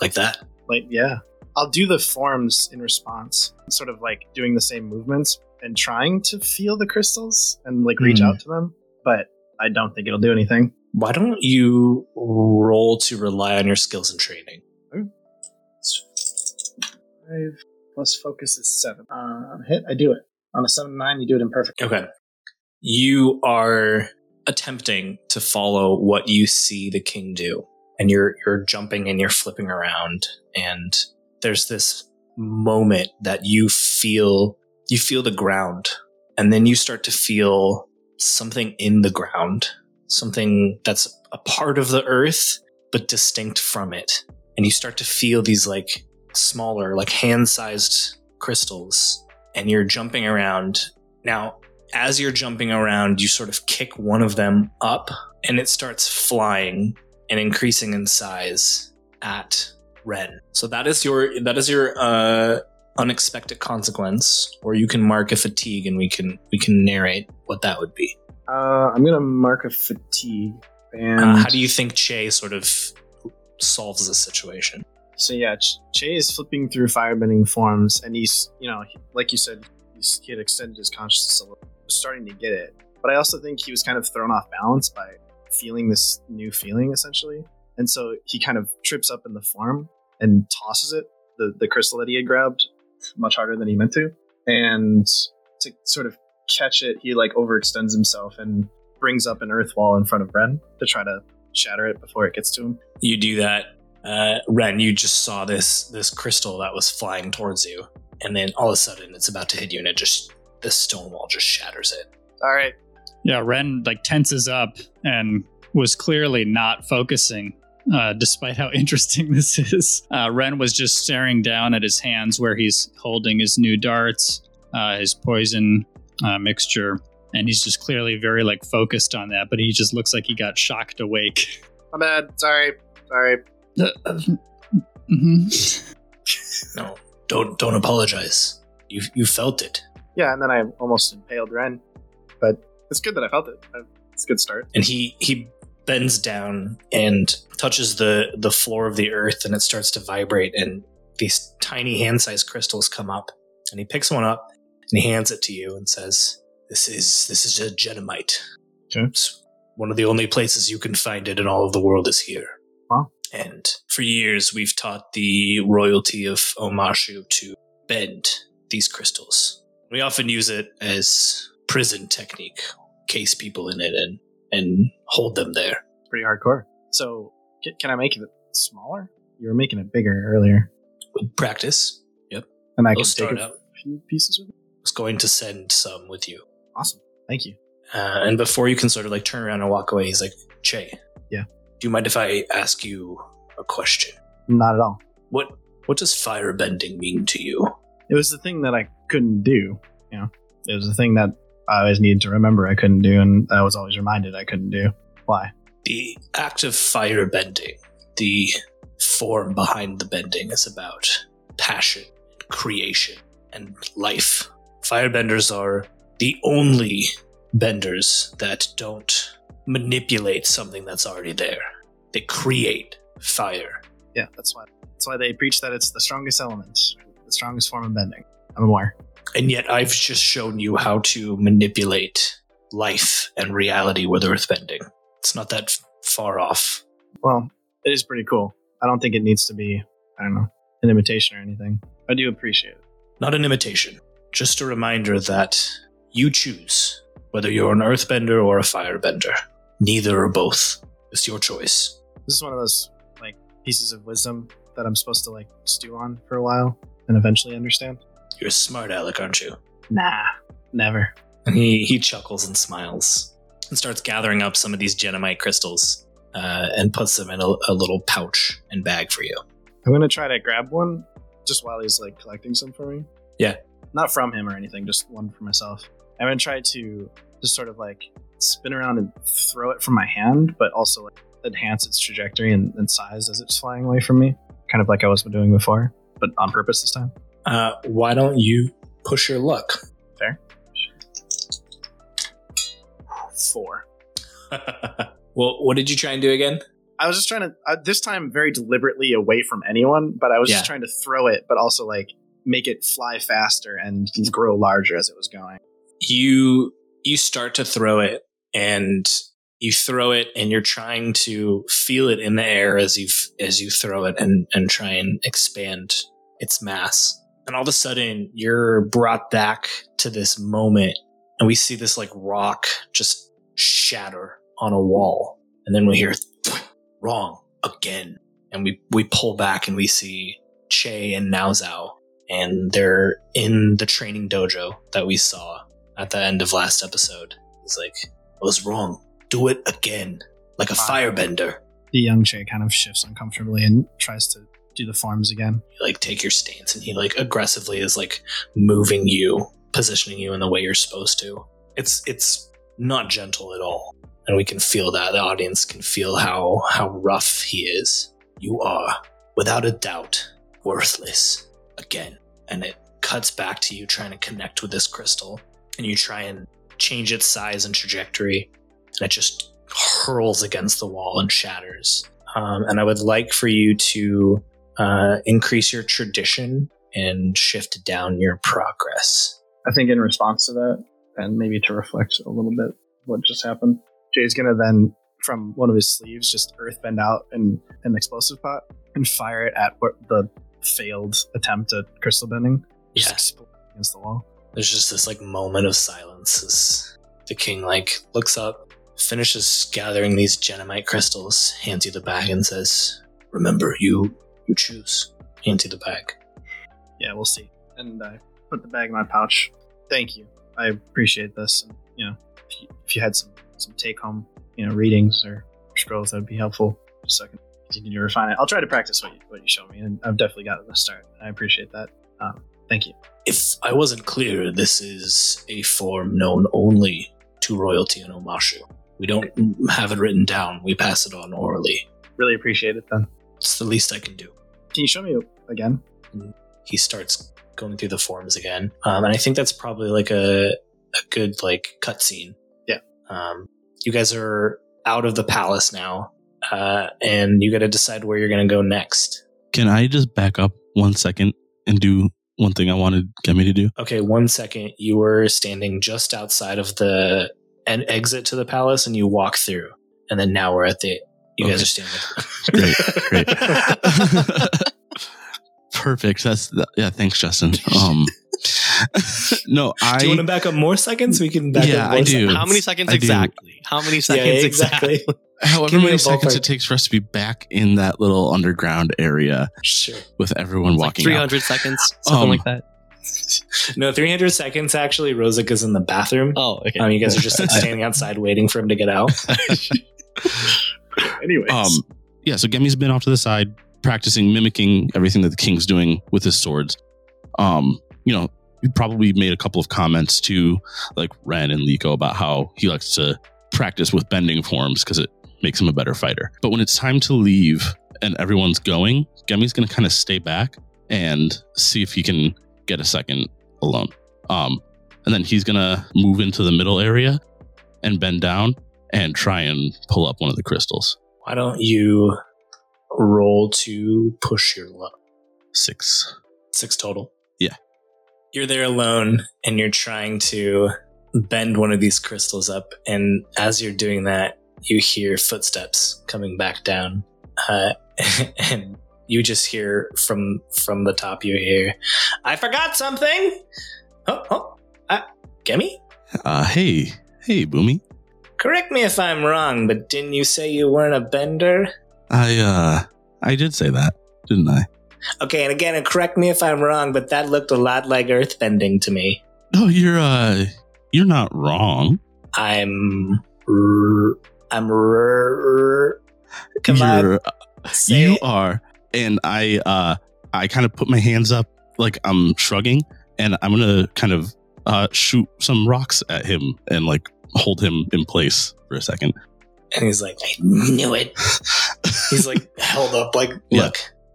[SPEAKER 3] like that
[SPEAKER 6] Like, yeah. I'll do the forms in response, sort of like doing the same movements and trying to feel the crystals and like reach
[SPEAKER 3] Hmm.
[SPEAKER 6] out to them, but I don't think it'll do anything.
[SPEAKER 3] why don't you roll to rely on your skills and training
[SPEAKER 6] Five plus focus is seven. Uh, on a hit, I do it. On a seven nine, you do it imperfect.
[SPEAKER 3] Okay. You are attempting to follow what you see the king do. And you're you're jumping and you're flipping around and there's this moment that you feel you feel the ground and then you start to feel something in the ground, something that's a part of the earth but distinct from it. And you start to feel these like smaller like hand-sized crystals and you're jumping around. Now, as you're jumping around, you sort of kick one of them up and it starts flying and increasing in size at Ren. So that is your that is your uh unexpected consequence or you can mark a fatigue and we can we can narrate what that would be.
[SPEAKER 6] Uh, I'm gonna mark a fatigue. And
[SPEAKER 3] Uh, how do you think Che sort of solves this situation?
[SPEAKER 6] So yeah, Ch- Che is flipping through firebending forms, and he's you know he- like you said, he's, he had extended his consciousness a little, was starting to get it. But I also think he was kind of thrown off balance by feeling this new feeling essentially, and so he kind of trips up in the form and tosses it the the crystal that he had grabbed much harder than he meant to, and to sort of catch it, he like overextends himself and brings up an earth wall in front of Ren to try to shatter it before it gets to him.
[SPEAKER 3] You do that uh Ren, you just saw this this crystal that was flying towards you and then all of a sudden it's about to hit you and it just the stone wall just shatters it.
[SPEAKER 6] All right.
[SPEAKER 4] Yeah, Ren like tenses up and was clearly not focusing, uh, despite how interesting this is. Uh, Ren was just staring down at his hands where he's holding his new darts, uh, his poison uh, mixture, and he's just clearly very like focused on that. But he just looks like he got shocked awake.
[SPEAKER 6] My bad. Sorry. Sorry.
[SPEAKER 4] Mm-hmm.
[SPEAKER 3] No, don't don't apologize. You you felt it,
[SPEAKER 6] Yeah, and then I almost impaled Ren. But it's good that I felt it. I- It's a good start.
[SPEAKER 3] and he he bends down and touches the the floor of the earth, and it starts to vibrate, and these tiny hand sized crystals come up, and he picks one up and he hands it to you and says, "This is this is a genomite.
[SPEAKER 6] Okay.
[SPEAKER 3] It's one of the only places you can find it in all of the world is here."
[SPEAKER 6] Wow.
[SPEAKER 3] And for years, we've taught the royalty of Omashu to bend these crystals. We often use it as prison technique, case people in it and and hold them there.
[SPEAKER 6] Pretty hardcore. So, ca- can I make it smaller? You were making it bigger earlier,
[SPEAKER 3] With practice,
[SPEAKER 6] and I
[SPEAKER 3] they'll
[SPEAKER 6] can take
[SPEAKER 3] start
[SPEAKER 6] a
[SPEAKER 3] out. I
[SPEAKER 6] few pieces with it.
[SPEAKER 3] was going to send some with you,
[SPEAKER 6] Awesome. Thank you.
[SPEAKER 3] uh, and before you can sort of like turn around and walk away, he's like, "Che,
[SPEAKER 6] Yeah.
[SPEAKER 3] do you mind if I ask you a question?
[SPEAKER 6] Not at all.
[SPEAKER 3] What what does fire bending mean to you?"
[SPEAKER 6] It was the thing that I couldn't do. You know, it was the thing that I always needed to remember I couldn't do, and I was always reminded I couldn't do. Why?
[SPEAKER 3] The act of fire bending, the form behind the bending, is about passion, creation, and life. Firebenders are the only benders that don't manipulate something that's already there. They create fire.
[SPEAKER 6] Yeah, that's why. That's why they preach that it's the strongest element, the strongest form of bending. I'm aware.
[SPEAKER 3] And yet, I've just shown you how to manipulate life and reality with earthbending. It's not that f- far off.
[SPEAKER 6] well, it is pretty cool. I don't think it needs to be, I don't know, an imitation or anything. I do appreciate it.
[SPEAKER 3] not an imitation, just a reminder that you choose whether you're an earthbender or a firebender. Neither or both. It's your choice.
[SPEAKER 6] This is one of those like pieces of wisdom that I'm supposed to like stew on for a while and eventually understand.
[SPEAKER 3] You're a smart aleck, aren't you?
[SPEAKER 6] Nah, never.
[SPEAKER 3] And he, he chuckles and smiles and starts gathering up some of these genomite crystals uh, and puts them in a, a little pouch and bag for you.
[SPEAKER 6] I'm gonna try to grab one just while he's like collecting some for me.
[SPEAKER 3] Yeah.
[SPEAKER 6] And not from him or anything, just one for myself. I'm gonna try to just sort of like spin around and throw it from my hand, but also like enhance its trajectory and, and size as it's flying away from me, kind of like I was doing before, but on purpose this time.
[SPEAKER 3] Uh, why don't you push your luck?
[SPEAKER 6] Four.
[SPEAKER 3] well, what did you try and do again?
[SPEAKER 6] I was just trying to uh, this time very deliberately away from anyone, but I was
[SPEAKER 3] Yeah.
[SPEAKER 6] just trying to throw it, but also like make it fly faster and grow larger as it was going.
[SPEAKER 3] you you start to throw it and you throw it and you're trying to feel it in the air as you as you throw it and and try and expand its mass and all of a sudden you're brought back to this moment and we see this like rock just shatter on a wall and then we hear wrong again and we we pull back and we see Che and Naozao and they're in the training dojo that we saw at the end of last episode. He's like, I was wrong. Do it again. Like a firebender.
[SPEAKER 6] The young Che kind of shifts uncomfortably and tries to do the forms again.
[SPEAKER 3] You, like take your stance and he like aggressively is like moving you, positioning you in the way you're supposed to. It's it's not gentle at all. And we can feel that. The audience can feel how how rough he is. You are, without a doubt, worthless. Again. And it cuts back to you trying to connect with this crystal. And you try and change its size and trajectory. And it just hurls against the wall and shatters. Um, and I would like for you to uh, increase your tradition and shift down your progress.
[SPEAKER 6] I think in response to that, and maybe to reflect a little bit what just happened, Jay's gonna then from one of his sleeves just earthbend out in an explosive pot and fire it at what the failed attempt at crystal bending. Just
[SPEAKER 3] Yeah.
[SPEAKER 6] explode against the wall.
[SPEAKER 3] There's just this like moment of silence as the king like looks up, finishes gathering these genomite crystals, hands you the bag and says, Remember, you you choose. Hands you the bag.
[SPEAKER 6] Yeah, we'll see. And I put the bag in my pouch. Thank you. I appreciate this. And, you know, if you, if you had some some take home, you know, readings or scrolls, that'd be helpful. Just so I can continue to refine it. I'll try to practice what you what you show me, and I've definitely got the start. I appreciate that. Um, thank you.
[SPEAKER 3] If I wasn't clear, this is a form known only to royalty and Omashu. We don't have it written down, we pass it on orally.
[SPEAKER 6] Really appreciate it. Then
[SPEAKER 3] It's the least I can do.
[SPEAKER 6] can you show me again?
[SPEAKER 3] he starts going through the forms again. Um, and I think that's probably like a, a good like cutscene.
[SPEAKER 6] Yeah.
[SPEAKER 3] Um, you guys are out of the palace now, uh, and you got to decide where you're going to go next.
[SPEAKER 7] Can I just back up one second and do one thing I wanted Gemi to do?
[SPEAKER 3] Okay, one second. You were standing just outside of the an exit to the palace, and you walk through, and then now we're at the. You guys
[SPEAKER 7] Okay.
[SPEAKER 3] are standing.
[SPEAKER 7] Great, great. Perfect. That's th- yeah. Thanks, Justin. Um, no, I
[SPEAKER 3] Do you want to back up more seconds? We can back
[SPEAKER 7] Yeah,
[SPEAKER 3] up more
[SPEAKER 7] I do.
[SPEAKER 5] How many seconds
[SPEAKER 7] I do.
[SPEAKER 5] exactly? How many
[SPEAKER 3] seconds.
[SPEAKER 5] seconds
[SPEAKER 3] Yeah,
[SPEAKER 5] exactly?
[SPEAKER 3] exactly.
[SPEAKER 7] however
[SPEAKER 3] Give me
[SPEAKER 7] many
[SPEAKER 3] a
[SPEAKER 7] seconds
[SPEAKER 3] ballpark.
[SPEAKER 7] it takes for us to be back in that little underground area
[SPEAKER 3] sure.
[SPEAKER 7] with everyone
[SPEAKER 5] It's like
[SPEAKER 7] walking. out.
[SPEAKER 5] 300 seconds, something
[SPEAKER 7] Um,
[SPEAKER 5] like that.
[SPEAKER 3] No, 300 seconds actually. Rosica's in the bathroom.
[SPEAKER 5] Oh, okay.
[SPEAKER 3] Um, you guys are just like, standing outside waiting for him to get out.
[SPEAKER 6] Anyways,
[SPEAKER 7] Um, yeah, so Gemi's been off to the side practicing mimicking everything that the king's doing with his swords. Um, you know, he probably made a couple of comments to like Ren and Liko about how he likes to practice with bending forms because it makes him a better fighter. But when it's time to leave and everyone's going, Gemi's going to kind of stay back and see if he can get a second alone. Um, and then he's going to move into the middle area and bend down and try and pull up one of the crystals.
[SPEAKER 3] Why don't you roll to push your luck?
[SPEAKER 7] six.
[SPEAKER 3] Six total.
[SPEAKER 7] Yeah.
[SPEAKER 3] You're there alone and you're trying to bend one of these crystals up. And as you're doing that, you hear footsteps coming back down. Uh, and you just hear from from the top you hear i forgot something oh, oh uh, gimme
[SPEAKER 7] Uh, hey, hey, Boomy.
[SPEAKER 3] Correct me if I'm wrong, but didn't you say you weren't a bender?
[SPEAKER 7] I uh, I did say that, didn't I?
[SPEAKER 3] Okay, and again, and correct me if I'm wrong, but that looked a lot like earthbending to me.
[SPEAKER 7] No, you're uh, you're not wrong.
[SPEAKER 3] I'm. r- I'm. r- Come on,
[SPEAKER 7] you're,
[SPEAKER 3] say
[SPEAKER 7] you
[SPEAKER 3] it.
[SPEAKER 7] are. And I uh, I kind of put my hands up like I'm shrugging, and I'm gonna kind of uh, shoot some rocks at him and like hold him in place for a second.
[SPEAKER 3] And he's like, I knew it. He's like held up like, look,
[SPEAKER 7] Yeah.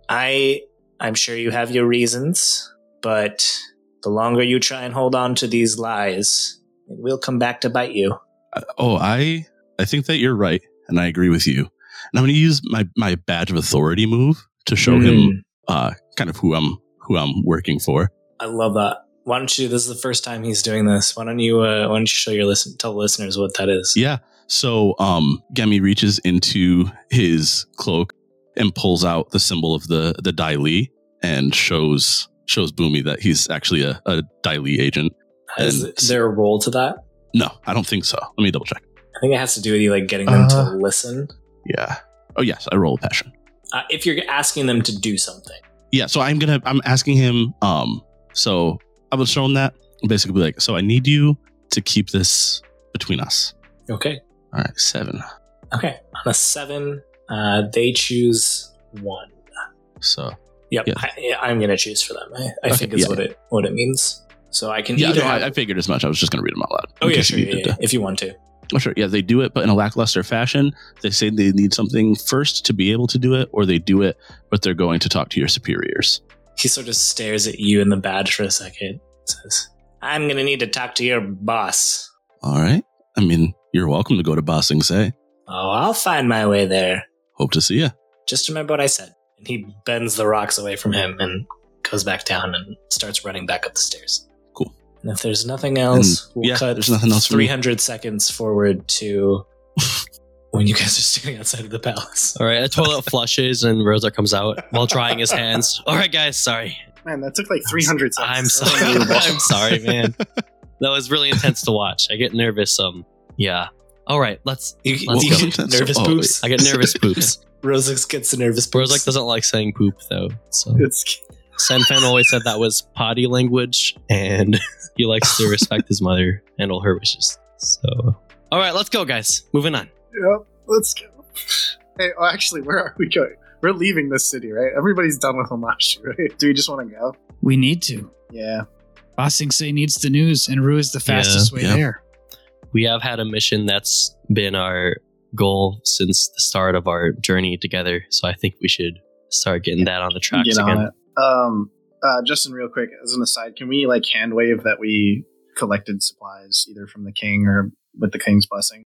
[SPEAKER 3] I I'm sure you have your reasons, but the longer you try and hold on to these lies, it will come back to bite you.
[SPEAKER 7] Uh, oh, I I think that you're right, and I agree with you. And I'm gonna use my my badge of authority move to show
[SPEAKER 3] Hmm. Mm-hmm.
[SPEAKER 7] him uh, kind of who I'm who I'm working for.
[SPEAKER 3] I love that. Why don't you this is the first time he's doing this. Why don't you uh, why don't you show your listen tell the listeners what that is?
[SPEAKER 7] Yeah. So um Gemi reaches into his cloak and pulls out the symbol of the the Dai Li and shows shows Boomy that he's actually a, a Dai Li agent.
[SPEAKER 3] Is,
[SPEAKER 7] And-
[SPEAKER 3] there a role to that?
[SPEAKER 7] No, I don't think so. Let me double check.
[SPEAKER 3] I think it has to do with you like getting them
[SPEAKER 7] Uh.
[SPEAKER 3] to listen.
[SPEAKER 7] Yeah. Oh yes, I roll a passion.
[SPEAKER 3] Uh, if you're asking them to do something.
[SPEAKER 7] Yeah, so I'm gonna I'm asking him, um, so I was shown that basically like, so I need you to keep this between us.
[SPEAKER 3] Okay.
[SPEAKER 7] All right, seven.
[SPEAKER 3] Okay. On a seven, uh, they choose one.
[SPEAKER 7] So
[SPEAKER 3] Yep.
[SPEAKER 7] Yeah.
[SPEAKER 3] I, I'm gonna choose for them. I, I
[SPEAKER 7] Okay,
[SPEAKER 3] think is
[SPEAKER 7] yeah.
[SPEAKER 3] what it what it means. So I can
[SPEAKER 7] yeah,
[SPEAKER 3] either
[SPEAKER 7] no,
[SPEAKER 3] have.
[SPEAKER 7] I, I figured as much. I was just gonna read them out loud.
[SPEAKER 3] oh
[SPEAKER 7] in
[SPEAKER 3] yeah,
[SPEAKER 7] case
[SPEAKER 3] sure,
[SPEAKER 7] you
[SPEAKER 3] yeah,
[SPEAKER 7] needed
[SPEAKER 3] yeah,
[SPEAKER 7] to-
[SPEAKER 3] if you want to.
[SPEAKER 7] Oh, sure. Yeah, they do it, but in a lackluster fashion. They say they need something first to be able to do it, or they do it, but they're going to talk to your superiors.
[SPEAKER 3] He sort of stares at you in the badge for a second. Says, "I'm gonna need to talk to your boss.
[SPEAKER 7] All right. I mean, you're welcome to go to Bossing Say.
[SPEAKER 3] Oh, I'll find my way there.
[SPEAKER 7] Hope to see you.
[SPEAKER 3] Just remember what I said." And he bends the rocks away from him and goes back down and starts running back up the stairs.
[SPEAKER 7] Cool.
[SPEAKER 3] And if there's nothing else, we'll
[SPEAKER 7] Hmm. yeah,
[SPEAKER 3] cut
[SPEAKER 7] there's nothing else for me.
[SPEAKER 3] 300 seconds forward to when you guys are standing outside of the palace.
[SPEAKER 5] All right, a toilet flushes and Rosa comes out while drying his hands. All right, guys, sorry.
[SPEAKER 6] Man, that took like 300 seconds.
[SPEAKER 5] I'm
[SPEAKER 6] That's
[SPEAKER 5] sorry.
[SPEAKER 6] unbelievable.
[SPEAKER 5] I'm sorry, man. That was really intense to watch. I get nervous. Um, yeah. All right, let's.
[SPEAKER 3] You,
[SPEAKER 5] Let's
[SPEAKER 3] you
[SPEAKER 5] go.
[SPEAKER 3] get nervous
[SPEAKER 7] Oh,
[SPEAKER 3] poops.
[SPEAKER 5] I get nervous poops.
[SPEAKER 3] Rosix gets the nervous poops.
[SPEAKER 5] Brozak doesn't like saying poop though. So
[SPEAKER 6] It's,
[SPEAKER 5] Senfen always said that was potty language, and he likes to respect his mother and all her wishes. So, all right, let's go, guys. Moving on.
[SPEAKER 6] yep, let's go. Hey, oh, actually, where are we going? We're leaving this city, right? Everybody's done with Hamashi, right? Do we just want to go?
[SPEAKER 4] We need to.
[SPEAKER 6] Yeah.
[SPEAKER 4] Ba Sing Se needs the news, and Rue is the fastest way
[SPEAKER 7] yeah.
[SPEAKER 4] there.
[SPEAKER 5] we have had a mission that's been our goal since the start of our journey together. So I think we should start getting that on the tracks
[SPEAKER 6] Get on
[SPEAKER 5] again.
[SPEAKER 6] it. Um, uh, Justin, real quick, as an aside, can we like hand wave that we collected supplies either from the king or with the king's blessing?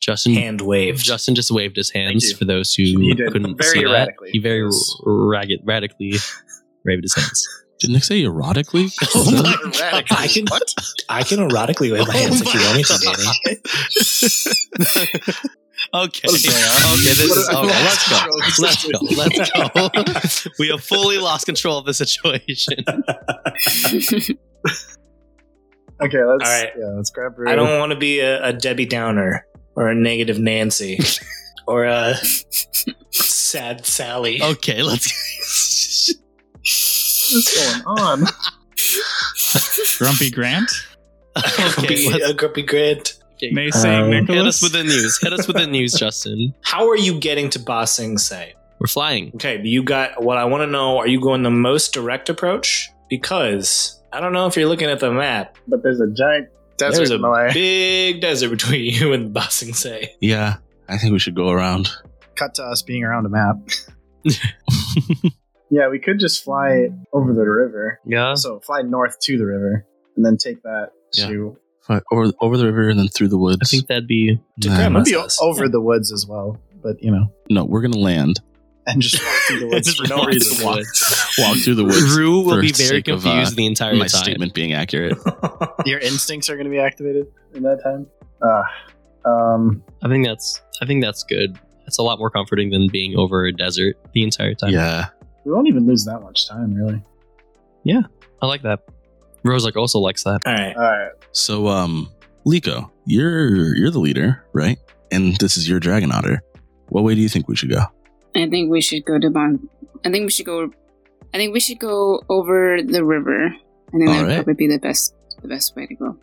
[SPEAKER 5] Justin
[SPEAKER 3] hand waved.
[SPEAKER 5] Justin just waved his hands
[SPEAKER 6] you.
[SPEAKER 5] for those who
[SPEAKER 6] He did,
[SPEAKER 5] couldn't
[SPEAKER 6] very
[SPEAKER 5] see that.
[SPEAKER 6] erratically.
[SPEAKER 5] He very
[SPEAKER 6] Yes.
[SPEAKER 5] ragged, radically waved his hands.
[SPEAKER 7] Didn't Nick say erotically?
[SPEAKER 3] Oh my
[SPEAKER 6] Erratic.
[SPEAKER 3] God, I can I can erotically wave my
[SPEAKER 5] Oh
[SPEAKER 3] hands if you want me to, Danny.
[SPEAKER 5] Okay.
[SPEAKER 6] What is going on?
[SPEAKER 5] Okay, this
[SPEAKER 6] What
[SPEAKER 5] is okay. Let's go. Let's
[SPEAKER 6] a- Control
[SPEAKER 5] go. Let's go. we have fully lost control of the situation.
[SPEAKER 6] Okay, let's
[SPEAKER 3] All right.
[SPEAKER 6] yeah, let's grab.
[SPEAKER 3] I
[SPEAKER 6] Rue.
[SPEAKER 3] don't want to be a, a Debbie Downer or a negative Nancy or a sad Sally.
[SPEAKER 5] Okay, let's.
[SPEAKER 6] What's going on?
[SPEAKER 4] Grumpy Grant.
[SPEAKER 5] okay,
[SPEAKER 3] Grumpy-
[SPEAKER 5] let's,
[SPEAKER 3] a grumpy Grant.
[SPEAKER 5] okay.
[SPEAKER 4] May Sing
[SPEAKER 3] Um,
[SPEAKER 5] Hit us
[SPEAKER 4] Nicholas.
[SPEAKER 5] with the news. Hit us with the news, Justin.
[SPEAKER 3] How are you getting to Ba Sing Se?
[SPEAKER 5] We're flying.
[SPEAKER 3] Okay, but you got what I want to know. Are you going the most direct approach? Because I don't know if you're looking at the map.
[SPEAKER 6] But there's a giant desert
[SPEAKER 3] There's a
[SPEAKER 6] in the way.
[SPEAKER 3] big desert between you and Ba Sing Se.
[SPEAKER 7] yeah, I think we should go around.
[SPEAKER 6] Cut to us being around a map. Yeah, we could just fly over the river.
[SPEAKER 5] Yeah.
[SPEAKER 6] So fly north to the river and then take that
[SPEAKER 7] Yeah.
[SPEAKER 6] to.
[SPEAKER 7] But over, over the river and then through the
[SPEAKER 5] I
[SPEAKER 7] woods.
[SPEAKER 5] think that'd be
[SPEAKER 3] To
[SPEAKER 7] Nah.
[SPEAKER 3] grandma.
[SPEAKER 6] It'd be o-
[SPEAKER 3] Us.
[SPEAKER 6] over the woods as well, but you know,
[SPEAKER 7] No, we're gonna land.
[SPEAKER 6] and just walk through the woods for no reason.
[SPEAKER 5] Walk
[SPEAKER 7] Walk through the
[SPEAKER 5] through the woods.
[SPEAKER 7] woods.
[SPEAKER 5] Rue will
[SPEAKER 7] for
[SPEAKER 5] be very
[SPEAKER 7] sake of, uh,
[SPEAKER 5] confused the entire
[SPEAKER 7] my
[SPEAKER 5] time.
[SPEAKER 7] statement being accurate.
[SPEAKER 6] Your instincts are going to be activated in that time. Uh, um,
[SPEAKER 5] I think that's I think that's good. That's a lot more comforting than being over a desert the entire time.
[SPEAKER 7] yeah.
[SPEAKER 6] we won't even lose that much time, really.
[SPEAKER 5] I like that. Rose like also likes that.
[SPEAKER 3] All right.
[SPEAKER 6] All right.
[SPEAKER 7] So, um, Liko, you're you're the leader, right? And this is your dragon otter. What way do you think we should go?
[SPEAKER 8] I think we should go to Bon. I think we should go. I think we should go over the river. I think
[SPEAKER 7] All
[SPEAKER 8] that would
[SPEAKER 7] right.
[SPEAKER 8] probably be the best the best way to go.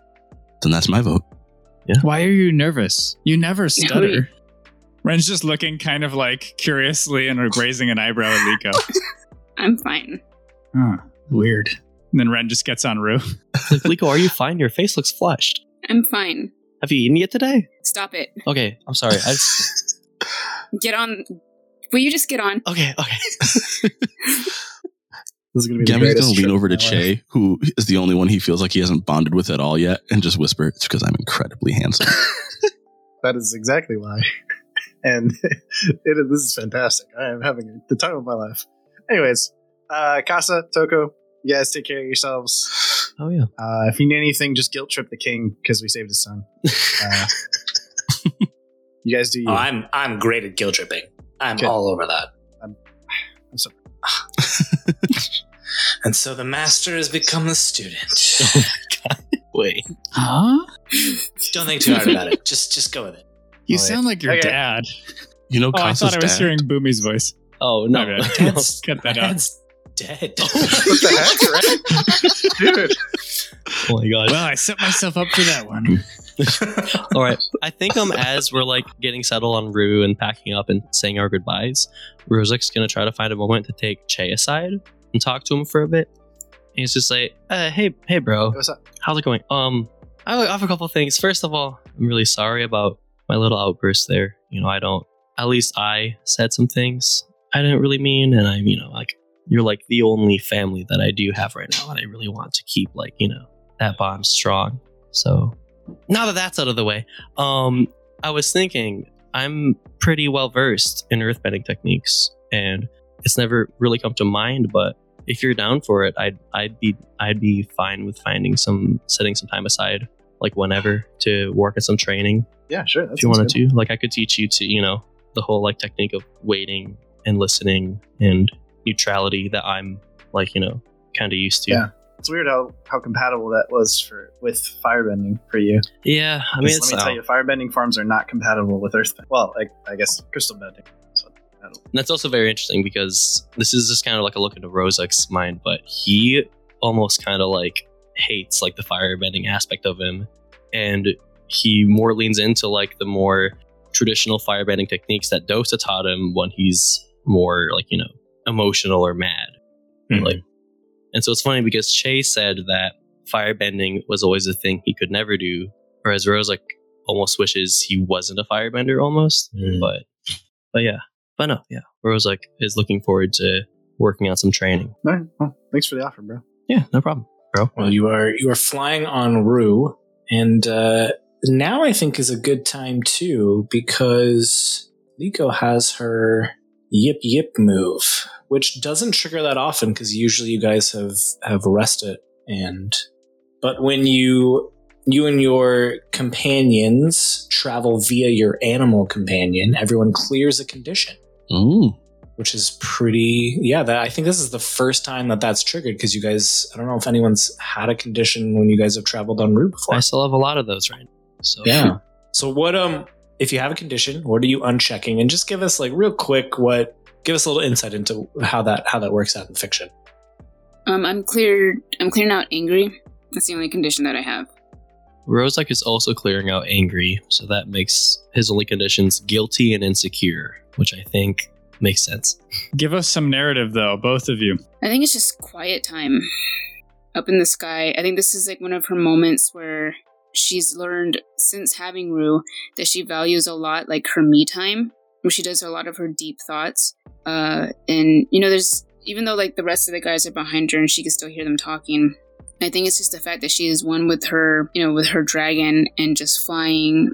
[SPEAKER 7] Then that's my vote.
[SPEAKER 4] Why are you nervous? You never stutter. Ren's just looking kind of like curiously and raising an eyebrow at Liko.
[SPEAKER 8] I'm fine.
[SPEAKER 4] Huh, weird. And then Ren just gets on Rue.
[SPEAKER 5] Like, Liko, are you fine? Your face looks flushed.
[SPEAKER 8] I'm fine.
[SPEAKER 5] Have you eaten yet today?
[SPEAKER 8] Stop it.
[SPEAKER 5] Okay, I'm sorry. I,
[SPEAKER 8] Get on. Will you just get on?
[SPEAKER 5] okay, okay.
[SPEAKER 6] This is gonna be the
[SPEAKER 7] Gammy's
[SPEAKER 6] greatest
[SPEAKER 7] gonna
[SPEAKER 6] trip
[SPEAKER 7] lean over
[SPEAKER 6] of
[SPEAKER 7] to
[SPEAKER 6] my life.
[SPEAKER 7] Che, who is the only one he feels like he hasn't bonded with at all yet, and just whisper, "It's because I'm incredibly handsome."
[SPEAKER 6] That is exactly why. and it is, this is fantastic. I am having the time of my life. Anyways, uh, Casa, Toko, you guys take care of yourselves.
[SPEAKER 5] Oh yeah.
[SPEAKER 6] Uh, if you need anything, just guilt trip the king because we saved his son. Uh, you guys do you.
[SPEAKER 3] Oh, I'm I'm great at guilt tripping. I'm
[SPEAKER 6] Okay.
[SPEAKER 3] all over that.
[SPEAKER 6] I'm- I'm sorry.
[SPEAKER 3] and so the master has become the student.
[SPEAKER 5] Wait.
[SPEAKER 4] Huh?
[SPEAKER 3] Don't think too hard about it. Just just go with it.
[SPEAKER 5] Oh,
[SPEAKER 4] You
[SPEAKER 5] yeah.
[SPEAKER 4] sound like your
[SPEAKER 6] Okay.
[SPEAKER 4] dad.
[SPEAKER 7] You know,
[SPEAKER 4] Oh, I
[SPEAKER 7] Casa's
[SPEAKER 4] thought I was
[SPEAKER 7] dad.
[SPEAKER 4] hearing Boomy's voice.
[SPEAKER 5] Oh no.
[SPEAKER 4] My bad.
[SPEAKER 5] No.
[SPEAKER 4] Cut that out.
[SPEAKER 3] Dad's dead.
[SPEAKER 6] what the heck, right? Dude.
[SPEAKER 5] Oh my god.
[SPEAKER 4] Well, I set myself up for that one.
[SPEAKER 5] All right. I think um as we're like getting settled on Rue and packing up and saying our goodbyes, Rosek's gonna try to find a moment to take Che aside and talk to him for a bit. And he's just like, uh, hey, hey, bro,
[SPEAKER 6] What's up?
[SPEAKER 5] how's it going? Um, I have a couple of things. First of all, I'm really sorry about my little outburst there. You know, I don't. At least I said some things I didn't really mean, and I'm, you know, like you're like the only family that I do have right now, and I really want to keep like you know that bond strong. So now that that's out of the way, um, I was thinking I'm pretty well versed in earthbending techniques, and it's never really come to mind, but if you're down for it, I'd I'd be I'd be fine with finding some setting some time aside, like whenever, to work at some training
[SPEAKER 6] Yeah, sure. That
[SPEAKER 5] if you
[SPEAKER 6] sounds
[SPEAKER 5] wanted
[SPEAKER 6] good.
[SPEAKER 5] to. Like I could teach you to, you know, the whole like technique of waiting and listening and neutrality that I'm like, you know, kind of used to.
[SPEAKER 6] Yeah. It's weird how, how compatible that was for with firebending for you.
[SPEAKER 5] Yeah, I mean,
[SPEAKER 6] Because
[SPEAKER 5] it's,
[SPEAKER 6] let me tell you, firebending farms are not compatible with earth. Well, I, I guess crystal bending. So
[SPEAKER 5] that's also very interesting because this is just kind of like a look into Rozak's mind, but he almost kind of like hates like the firebending aspect of him, and he more leans into like the more traditional firebending techniques that Dosa taught him when he's more like you know emotional or mad,
[SPEAKER 3] Mm-hmm.
[SPEAKER 4] Mhm.
[SPEAKER 5] like. And so it's funny because Che said that firebending was always a thing he could never do, whereas Rozak almost wishes he wasn't a firebender almost, but but yeah. But no, yeah. Rose like is looking forward to working on some training.
[SPEAKER 6] all right, well, thanks for the offer, bro.
[SPEAKER 5] Yeah, no problem, bro.
[SPEAKER 3] Well, you are you are flying on Rue, and uh, now I think is a good time too because Liko has her yip yip move, which doesn't trigger that often because usually you guys have have rested and but when you you and your companions travel via your animal companion, everyone clears a condition
[SPEAKER 7] Ooh.
[SPEAKER 3] which is pretty yeah that i think this is the first time that that's triggered because you guys i don't know if anyone's had a condition when you guys have traveled on route before
[SPEAKER 5] I still have a lot of those right now. So
[SPEAKER 3] yeah so what um if you have a condition what are you unchecking and just give us like real quick what give us a little insight into how that how that works out in fiction
[SPEAKER 8] Um, I'm cleared. I'm clearing out angry. That's the only condition that I have.
[SPEAKER 5] Rose like is also clearing out angry, so that makes his only conditions guilty and insecure, which I think makes sense.
[SPEAKER 4] Give us some narrative, though, both of you.
[SPEAKER 8] I think it's just quiet time up in the sky. I think this is like one of her moments where she's learned since having Rue that she values a lot like her me time, where she does a lot of her deep thoughts. Uh, and you know, there's even though like the rest of the guys are behind her and she can still hear them talking. I think it's just the fact that she is one with her, you know, with her dragon and just flying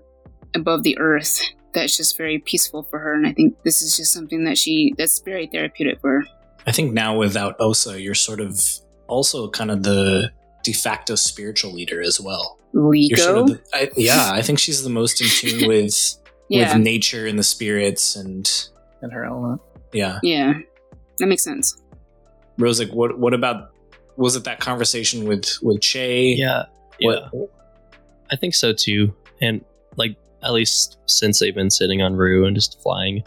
[SPEAKER 8] above the earth. That's just very peaceful for her, and I think this is just something that she that's very therapeutic for her.
[SPEAKER 3] i think now without osa you're sort of also kind of the de facto spiritual leader as well
[SPEAKER 8] Lego.
[SPEAKER 3] you're sort of the, I, yeah i think she's the most in tune with
[SPEAKER 8] yeah,
[SPEAKER 3] with nature and the spirits and
[SPEAKER 6] And her element.
[SPEAKER 3] yeah
[SPEAKER 8] yeah, that makes sense.
[SPEAKER 3] Rosic, what what about was it that conversation with with Che?
[SPEAKER 5] Yeah.
[SPEAKER 3] What-
[SPEAKER 5] Yeah. I think so too. And like at least since they've been sitting on Rue and just flying,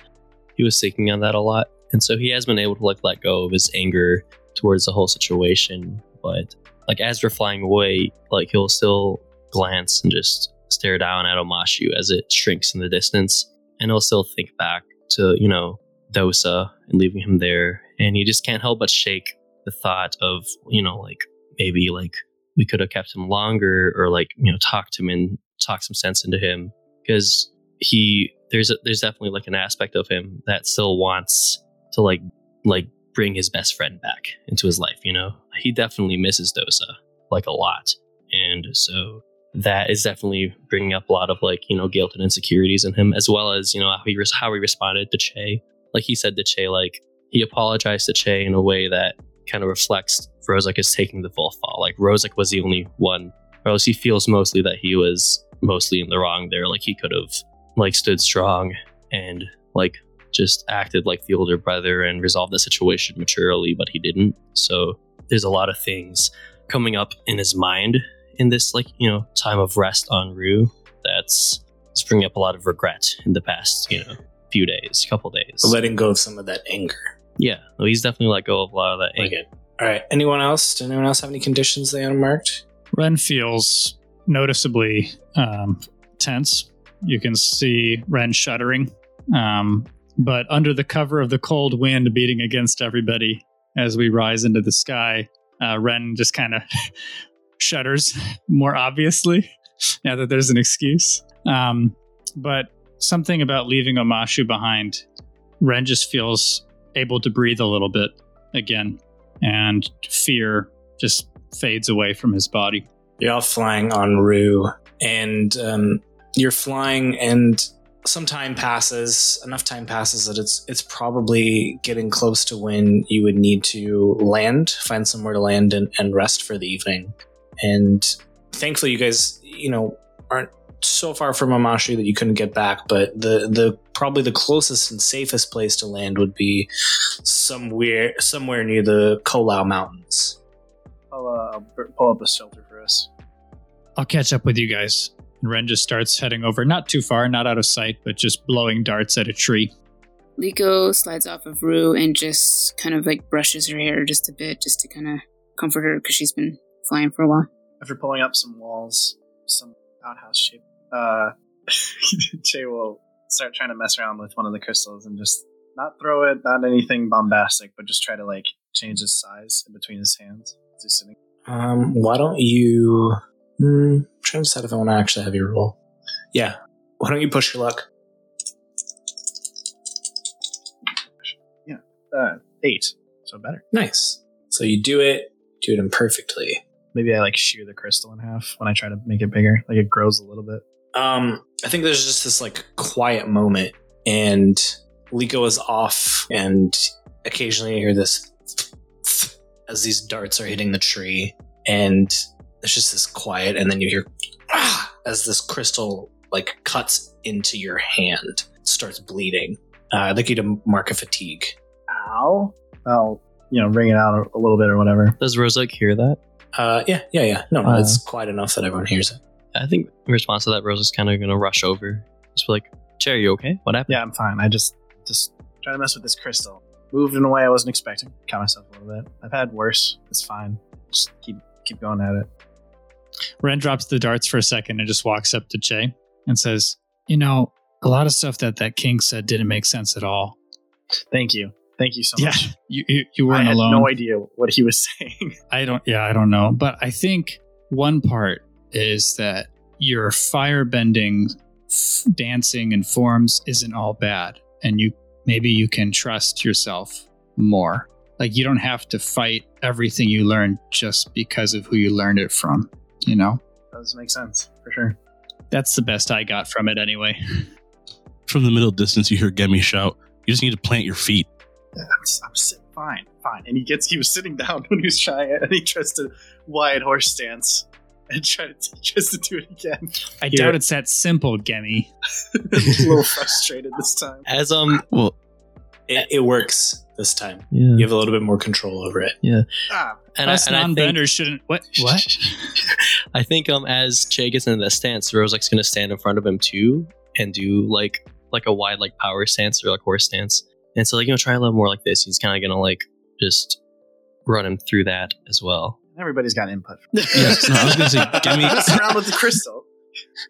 [SPEAKER 5] he was thinking on that a lot. And so he has been able to like let go of his anger towards the whole situation. But like as they're flying away, like he'll still glance and just stare down at Omashu as it shrinks in the distance. And he'll still think back to, you know, Dosa and leaving him there. And he just can't help but shake the thought of, you know, like maybe like we could have kept him longer or like you know talked him and talked some sense into him because he there's a, there's definitely like an aspect of him that still wants to like like bring his best friend back into his life you know he definitely misses dosa like a lot and so that is definitely bringing up a lot of like you know guilt and insecurities in him as well as you know how he res- how he responded to che like he said to che like he apologized to che in a way that kind of reflects Rozek is taking the full fall. Like Rozek was the only one, or else he feels mostly that he was mostly in the wrong there. Like he could have like stood strong and like just acted like the older brother and resolved the situation maturely, but he didn't. So there's a lot of things coming up in his mind in this like you know time of rest on Rue that's it's bringing up a lot of regret in the past you know few days, couple days.
[SPEAKER 3] letting go of some of that anger.
[SPEAKER 5] yeah, well, he's definitely let go of a lot of that anger.
[SPEAKER 3] Like it. All right. Anyone else? Did anyone else have any conditions they unmarked?
[SPEAKER 4] Ren feels noticeably um, tense. You can see Ren shuddering, um, but under the cover of the cold wind beating against everybody as we rise into the sky, uh, Ren just kind of shudders more obviously now that there's an excuse. Um, but something about leaving Omashu behind, Ren just feels able to breathe a little bit again, and fear just fades away from his body.
[SPEAKER 3] You're all flying on Rue, and um, you're flying, and some time passes. Enough time passes that it's it's probably getting close to when you would need to land, find somewhere to land, and, and rest for the evening. And thankfully, you guys, you know, aren't so far from Amashi that you couldn't get back. But the the probably the closest and safest place to land would be somewhere somewhere near the Kolau Mountains.
[SPEAKER 6] I'll, uh, I'll b- pull up a shelter for us.
[SPEAKER 4] I'll catch up with you guys. And Ren just starts heading over, not too far, not out of sight, but just blowing darts at a tree.
[SPEAKER 8] Liko slides off of Rue and just kind of like brushes her hair just a bit just to kind of comfort her because she's been flying for a while.
[SPEAKER 6] After pulling up some walls, some outhouse shape, uh, Jay will start trying to mess around with one of the crystals and just not throw it, not anything bombastic, but just try to like change its size in between his hands. as he's sitting.
[SPEAKER 3] Um, why don't you? Hmm, I'm trying to decide if I want to actually have your roll. Yeah. Why don't you push your luck?
[SPEAKER 6] Uh, eight, so better.
[SPEAKER 3] Nice. So you do it. Do it imperfectly.
[SPEAKER 6] Maybe I like shear the crystal in half when I try to make it bigger. Like it grows a little bit.
[SPEAKER 3] Um, I think there's just this like quiet moment, and Liko is off, and occasionally you hear this as these darts are hitting the tree, and there's just this quiet, and then you hear "Ah!" as this crystal like cuts into your hand, starts bleeding. Uh, I'd like you to mark a fatigue.
[SPEAKER 6] Ow! I'll you know wring it out a, a little bit or whatever.
[SPEAKER 5] Does Rozek hear that?
[SPEAKER 3] Uh, yeah, yeah, yeah. No, no,
[SPEAKER 5] Uh,
[SPEAKER 3] it's quiet enough that everyone hears it.
[SPEAKER 5] I think in response to that, Rose is kind of going to rush over. Just be like, Cherry, you okay? What happened?
[SPEAKER 6] Yeah, I'm fine. I just just trying to mess with this crystal. Moved in a way I wasn't expecting. Caught myself a little bit. I've had worse. It's fine. Just keep keep going at it.
[SPEAKER 4] Ren drops the darts for a second and just walks up to Che and says, You know, a lot of stuff that that king said didn't make sense at all.
[SPEAKER 6] Thank you. Thank you so
[SPEAKER 4] Yeah,
[SPEAKER 6] much.
[SPEAKER 4] you, you, you
[SPEAKER 6] I
[SPEAKER 4] weren't
[SPEAKER 6] had
[SPEAKER 4] alone.
[SPEAKER 6] no idea what he was saying.
[SPEAKER 4] I don't. Yeah, I don't know. But I think one part is that your firebending, f- dancing, and forms isn't all bad, and you maybe you can trust yourself more. Like you don't have to fight everything you learn just because of who you learned it from. You know,
[SPEAKER 6] That does make sense for sure.
[SPEAKER 4] that's the best I got from it anyway.
[SPEAKER 7] From the middle distance, you hear Gemi shout, You just need to plant your feet.
[SPEAKER 6] Yeah, I'm, s- I'm sitting fine, fine. And he gets he was sitting down when he was trying it, and he tries to wide horse stance and try to tries to do it again.
[SPEAKER 4] I
[SPEAKER 6] Here.
[SPEAKER 4] doubt it's that simple, Gemi.
[SPEAKER 6] a little frustrated this time.
[SPEAKER 5] As um,
[SPEAKER 7] Well,
[SPEAKER 3] It, it works this time.
[SPEAKER 5] yeah,
[SPEAKER 3] You have a little bit more control over it.
[SPEAKER 6] Ah,
[SPEAKER 5] and I,
[SPEAKER 4] Us
[SPEAKER 5] and I think,
[SPEAKER 4] non-benders shouldn't. What? What?
[SPEAKER 5] I think um, as Che gets into that stance, Rosek's going to stand in front of him too and do like like a wide like power stance or like horse stance. And so like you know, try a little more like this. He's kind of going to like just run him through that as well.
[SPEAKER 6] everybody's got input.
[SPEAKER 7] Yes, no, I was gonna say, give me-
[SPEAKER 6] mess around with the crystal.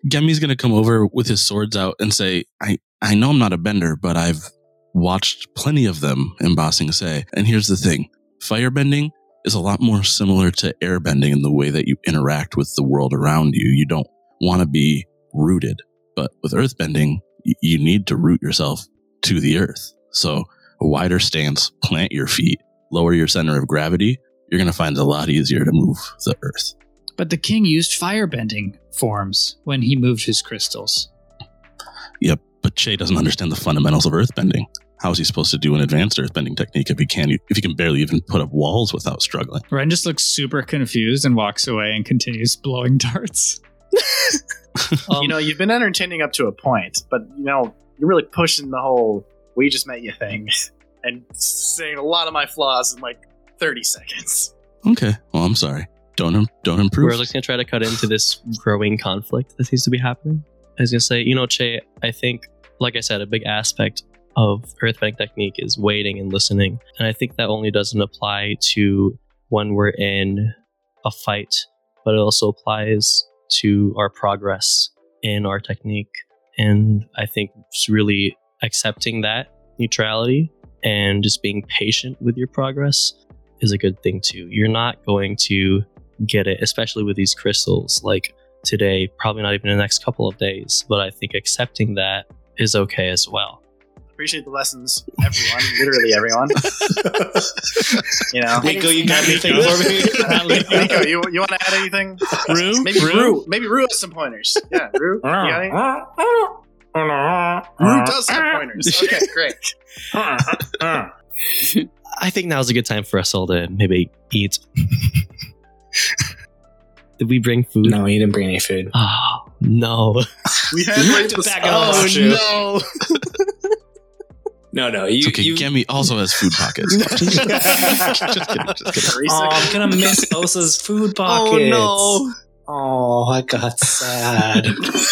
[SPEAKER 7] Gemi's going to come over with his swords out and say, I, I know I'm not a bender, but I've watched plenty of them in Bossing Say. And here's the thing firebending is a lot more similar to airbending in the way that you interact with the world around you. You don't want to be rooted, but with earthbending, y- you need to root yourself to the earth. So a wider stance, plant your feet, lower your center of gravity. You're going to find it a lot easier to move the earth.
[SPEAKER 4] But the king used firebending forms when he moved his crystals.
[SPEAKER 7] But Che doesn't understand the fundamentals of earthbending. How is he supposed to do an advanced earthbending technique if he can not if he can barely even put up walls without struggling?
[SPEAKER 4] Ren just looks super confused and walks away and continues blowing darts.
[SPEAKER 5] Um,
[SPEAKER 6] you know, you've been entertaining up to a point, but you know, you're really pushing the whole "we just met you" thing, and saying a lot of my flaws in like 30 seconds.
[SPEAKER 7] Okay, well I'm sorry. Don't im- don't improve.
[SPEAKER 5] We're just gonna try to cut into this growing conflict that seems to be happening. I was gonna say, you know, Che, I think, like I said, a big aspect of earthbending technique is waiting and listening, and I think that only doesn't apply to when we're in a fight, but it also applies to our progress in our technique. And I think just really accepting that neutrality and just being patient with your progress is a good thing too. You're not going to get it, especially with these crystals. Like today, probably not even the next couple of days, but I think accepting that is okay as well.
[SPEAKER 6] Appreciate the lessons, everyone. literally everyone. you know,
[SPEAKER 3] Nico, you got anything
[SPEAKER 4] Nico.
[SPEAKER 3] for me?
[SPEAKER 6] Nico, you, you want to add anything?
[SPEAKER 4] Rue?
[SPEAKER 6] Maybe
[SPEAKER 4] Rue?
[SPEAKER 6] Rue. Maybe Rue has some pointers. Yeah, Rue. You got any? Rue
[SPEAKER 2] Root
[SPEAKER 6] does have pointers. Okay, great.
[SPEAKER 5] I think now's a good time for us all to maybe eat. Did we bring food?
[SPEAKER 3] No, you didn't bring any food.
[SPEAKER 5] Oh, no.
[SPEAKER 6] We Oh, had
[SPEAKER 3] like, the back of the shoe.
[SPEAKER 5] no.
[SPEAKER 3] No, no, you.
[SPEAKER 7] okay,
[SPEAKER 3] you
[SPEAKER 7] Gemi also has food pockets. just kidding, just kidding.
[SPEAKER 6] three
[SPEAKER 3] Aw,
[SPEAKER 6] seconds.
[SPEAKER 3] Oh, I'm gonna miss Osa's food pockets.
[SPEAKER 5] Oh,
[SPEAKER 3] no! Oh, I got sad. oh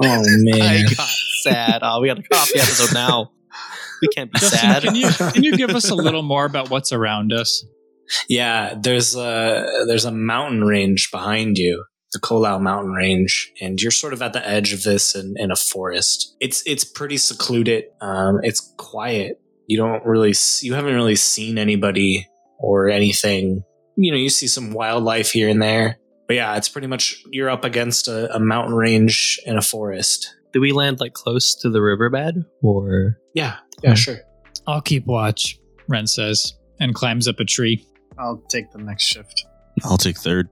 [SPEAKER 3] man.
[SPEAKER 5] I got sad. Oh, we got a coffee episode now. We can't be
[SPEAKER 4] Justin,
[SPEAKER 5] sad.
[SPEAKER 4] can you, can you give us a little more about what's around us?
[SPEAKER 3] Yeah, there's a there's a mountain range behind you, the Kolau Mountain Range, and you're sort of at the edge of this in, in a forest. It's it's pretty secluded. Um, it's quiet. You don't really s you haven't really seen anybody or anything. You know, you see some wildlife here and there, but yeah, it's pretty much you're up against a, a mountain range and a forest.
[SPEAKER 5] Did we land like close to the riverbed or?
[SPEAKER 3] Yeah, yeah, sure.
[SPEAKER 4] I'll keep watch, Ren says, and climbs up a tree.
[SPEAKER 6] I'll take the next shift.
[SPEAKER 7] I'll take third.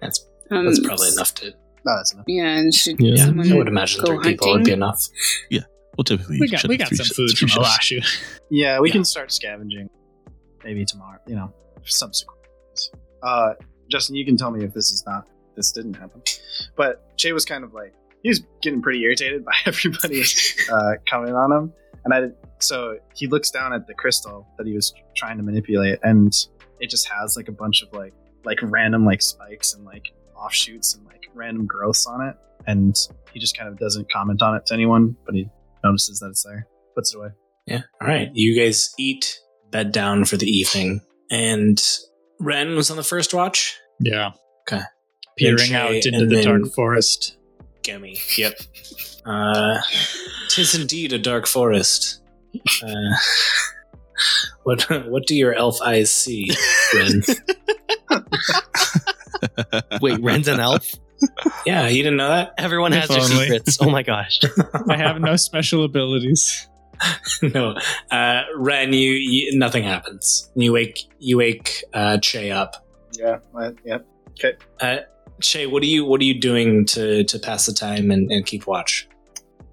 [SPEAKER 3] That's
[SPEAKER 8] Um,
[SPEAKER 3] that's probably enough to.
[SPEAKER 6] No, that's enough.
[SPEAKER 8] Yeah, and should
[SPEAKER 5] Yeah.
[SPEAKER 3] Yeah,
[SPEAKER 8] someone
[SPEAKER 3] I would imagine
[SPEAKER 8] go
[SPEAKER 3] three
[SPEAKER 8] hunting?
[SPEAKER 3] people would be enough.
[SPEAKER 7] We'll typically
[SPEAKER 4] We got,
[SPEAKER 7] ship
[SPEAKER 4] we
[SPEAKER 7] it
[SPEAKER 4] got
[SPEAKER 7] three
[SPEAKER 4] some
[SPEAKER 7] ships-
[SPEAKER 4] food
[SPEAKER 7] three
[SPEAKER 4] from
[SPEAKER 7] ships.
[SPEAKER 4] Alashu.
[SPEAKER 6] Yeah, we
[SPEAKER 3] Yeah.
[SPEAKER 6] can start scavenging. Maybe tomorrow. You know, subsequent. days. Uh, Justin, you can tell me if this is not this didn't happen. But Jay was kind of like he was getting pretty irritated by everybody uh, coming on him, and I did, so he looks down at the crystal that he was trying to manipulate, and it just has like a bunch of like like random like spikes and like offshoots and like random growths on it, and he just kind of doesn't comment on it to anyone, but he notices that it's there, puts it away.
[SPEAKER 3] Yeah. All right. You guys eat, bed down for the evening. And Ren was on the first watch.
[SPEAKER 4] Yeah.
[SPEAKER 3] Okay. Then
[SPEAKER 4] Peering
[SPEAKER 3] Shay,
[SPEAKER 4] out into
[SPEAKER 3] and
[SPEAKER 4] the
[SPEAKER 3] then-
[SPEAKER 4] dark forest.
[SPEAKER 3] Gummy. Yep. Uh, tis indeed a dark forest. Uh, what what do your elf eyes see, Ren?
[SPEAKER 5] Wait, Ren's an elf?
[SPEAKER 3] yeah, you didn't know that.
[SPEAKER 5] Everyone has their
[SPEAKER 4] Finally.
[SPEAKER 5] secrets. Oh my gosh.
[SPEAKER 4] I have no special abilities.
[SPEAKER 3] no, uh, Ren, you, you nothing happens. You wake you wake uh, Che up.
[SPEAKER 6] Yeah, I, yep.
[SPEAKER 3] Che, what are you what are you doing to to pass the time and, and keep watch?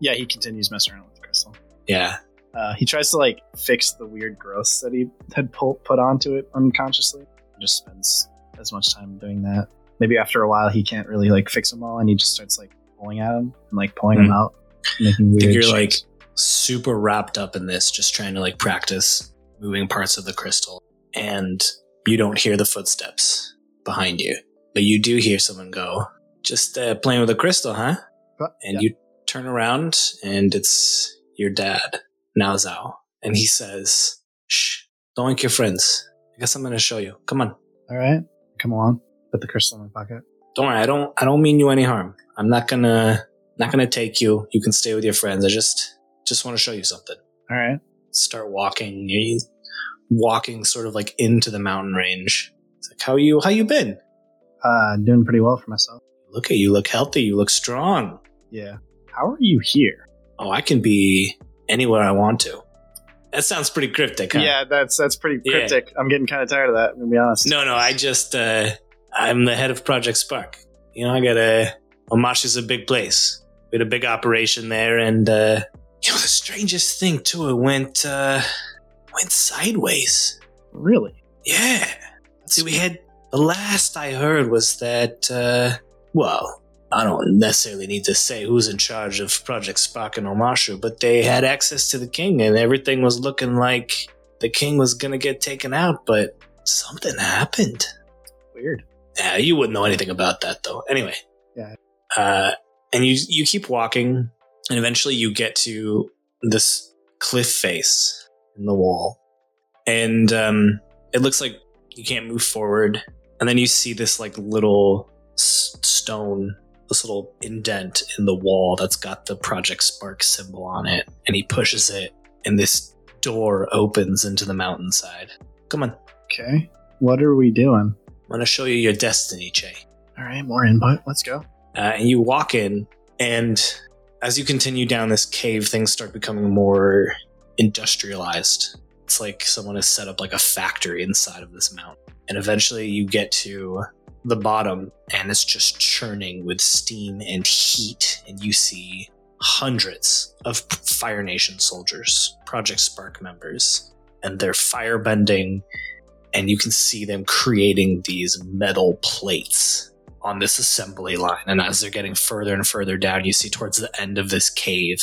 [SPEAKER 6] Yeah, he continues messing around with the crystal.
[SPEAKER 3] Yeah.
[SPEAKER 6] Uh, he tries to like fix the weird growths that he had pull, put onto it unconsciously. He just spends as much time doing that. Maybe after a while, he can't really like fix them all, and he just starts like pulling at them and like pulling them
[SPEAKER 3] Hmm.
[SPEAKER 6] out, making
[SPEAKER 3] I
[SPEAKER 6] weird.
[SPEAKER 3] think you're like
[SPEAKER 6] shapes.
[SPEAKER 3] super wrapped up in this, just trying to like practice moving parts of the crystal, and you don't hear the footsteps behind you, but you do hear someone go, "Just uh, playing with a crystal, huh?"
[SPEAKER 6] Huh?
[SPEAKER 3] And
[SPEAKER 6] Yeah.
[SPEAKER 3] you turn around, and it's your dad, Nao Zhao, and he says, "Shh, don't wake your friends. I guess I'm gonna show you. Come on,
[SPEAKER 6] all right, come along. Put the crystal in my pocket.
[SPEAKER 3] don't worry. I don't. I don't mean you any harm. I'm not gonna not gonna take you. You can stay with your friends. I just just want to show you something."
[SPEAKER 6] All right,
[SPEAKER 3] start walking. You walking sort of like into the mountain range. It's like, how you how you been?
[SPEAKER 6] Uh, doing pretty well for myself.
[SPEAKER 3] Look at you look healthy, you look strong.
[SPEAKER 6] Yeah. How are you here?
[SPEAKER 3] Oh, I can be anywhere I want to. That sounds pretty cryptic, huh?
[SPEAKER 6] Yeah, that's that's pretty
[SPEAKER 3] Yeah.
[SPEAKER 6] cryptic. I'm getting kind of tired of that. To be honest.
[SPEAKER 3] No, no, I just uh I'm the head of Project Spark. You know, I got a Omash is a big place. We had a big operation there and uh you know the strangest thing too, it went uh went sideways.
[SPEAKER 6] Really?
[SPEAKER 3] Yeah. See, we had the last I heard was that. Uh, well, I don't necessarily need to say who's in charge of Project Spock and Omashu, but they had access to the king, and everything was looking like the king was gonna get taken out. But something happened.
[SPEAKER 6] Weird.
[SPEAKER 3] Yeah, you wouldn't know anything about that though. Anyway.
[SPEAKER 6] Yeah.
[SPEAKER 3] Uh, and you you keep walking, and eventually you get to this cliff face in the wall, and um, it looks like you can't move forward. And then you see this like little s- stone, this little indent in the wall that's got the Project Spark symbol on it, and he pushes it, and this door opens into the mountainside. Come on, I'm
[SPEAKER 6] Okay. What are we doing?
[SPEAKER 3] gonna show you your destiny, Che.
[SPEAKER 6] All right, more input. Let's go.
[SPEAKER 3] uh, and you walk in and as you continue down this cave things start becoming more industrialized it's like someone has set up like a factory inside of this mountain and eventually you get to the bottom and it's just churning with steam and heat and you see hundreds of P- fire nation soldiers project spark members and they're firebending and you can see them creating these metal plates on this assembly line. And as they're getting further and further down, you see towards the end of this cave,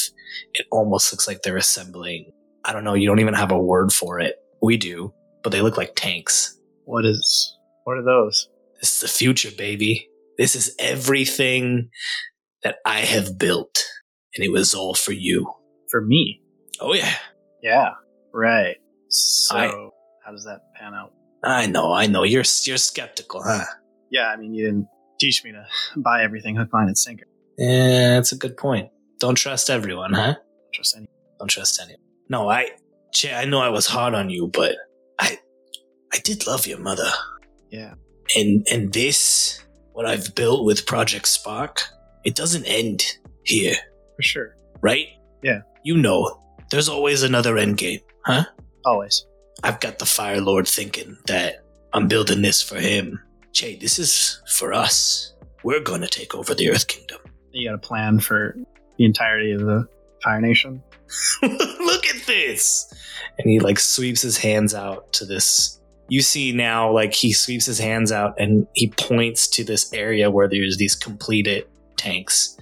[SPEAKER 3] it almost looks like they're assembling. I don't know, you don't even have a word for it. We do, but they look like tanks.
[SPEAKER 6] What is? What are those?
[SPEAKER 3] This is the future, baby. This is everything that I have built. And it was all for you.
[SPEAKER 6] For me?
[SPEAKER 3] Oh, yeah.
[SPEAKER 6] Yeah. Right. So,
[SPEAKER 3] I-
[SPEAKER 6] how does that pan out?
[SPEAKER 3] I know, I know. You're, you're skeptical, huh?
[SPEAKER 6] Yeah, I mean, you didn't teach me to buy everything hook, line, and sinker.
[SPEAKER 3] Yeah, that's a good point. Don't trust everyone, huh?
[SPEAKER 6] Don't trust any.
[SPEAKER 3] don't trust anyone. No, I, Che, I know I was hard on you, but I, I did love your mother.
[SPEAKER 6] Yeah.
[SPEAKER 3] And and this, what I've built with Project Spark, it doesn't end here,
[SPEAKER 6] For sure.
[SPEAKER 3] right?
[SPEAKER 6] Yeah.
[SPEAKER 3] You know, there's always another end game.
[SPEAKER 6] Always.
[SPEAKER 3] I've got the Fire Lord thinking that I'm building this for him. Che, this is for us. We're gonna take over the Earth Kingdom.
[SPEAKER 6] You got a plan for the entirety of the Fire Nation?
[SPEAKER 3] look at this and he like sweeps his hands out to this you see now like he sweeps his hands out and he points to this area where there's these completed tanks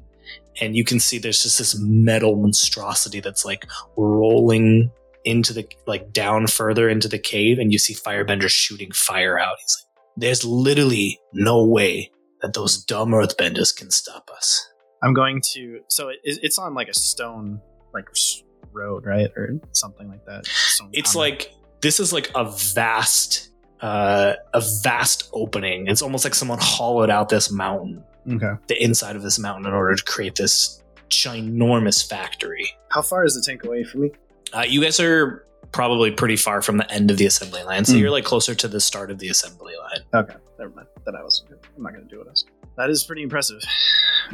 [SPEAKER 3] and you can see there's just this metal monstrosity that's like rolling into the like down further into the cave and you see firebenders shooting fire out he's like there's literally no way that those dumb earthbenders can stop us
[SPEAKER 6] I'm going to. So it, it's on like a stone, like s- road, right, or something like that. Stone
[SPEAKER 3] it's
[SPEAKER 6] common.
[SPEAKER 3] like this is like a vast uh a vast opening it's almost like someone hollowed out this mountain
[SPEAKER 6] okay.
[SPEAKER 3] the inside of this mountain in order to create this ginormous factory
[SPEAKER 6] How far is the tank away from me?
[SPEAKER 3] uh, you guys are probably pretty far from the end of the assembly line so
[SPEAKER 6] Hmm.
[SPEAKER 3] you're like closer to the start of the assembly line
[SPEAKER 6] Okay, never mind. That I was. I'm not going to do what I was. That is pretty impressive.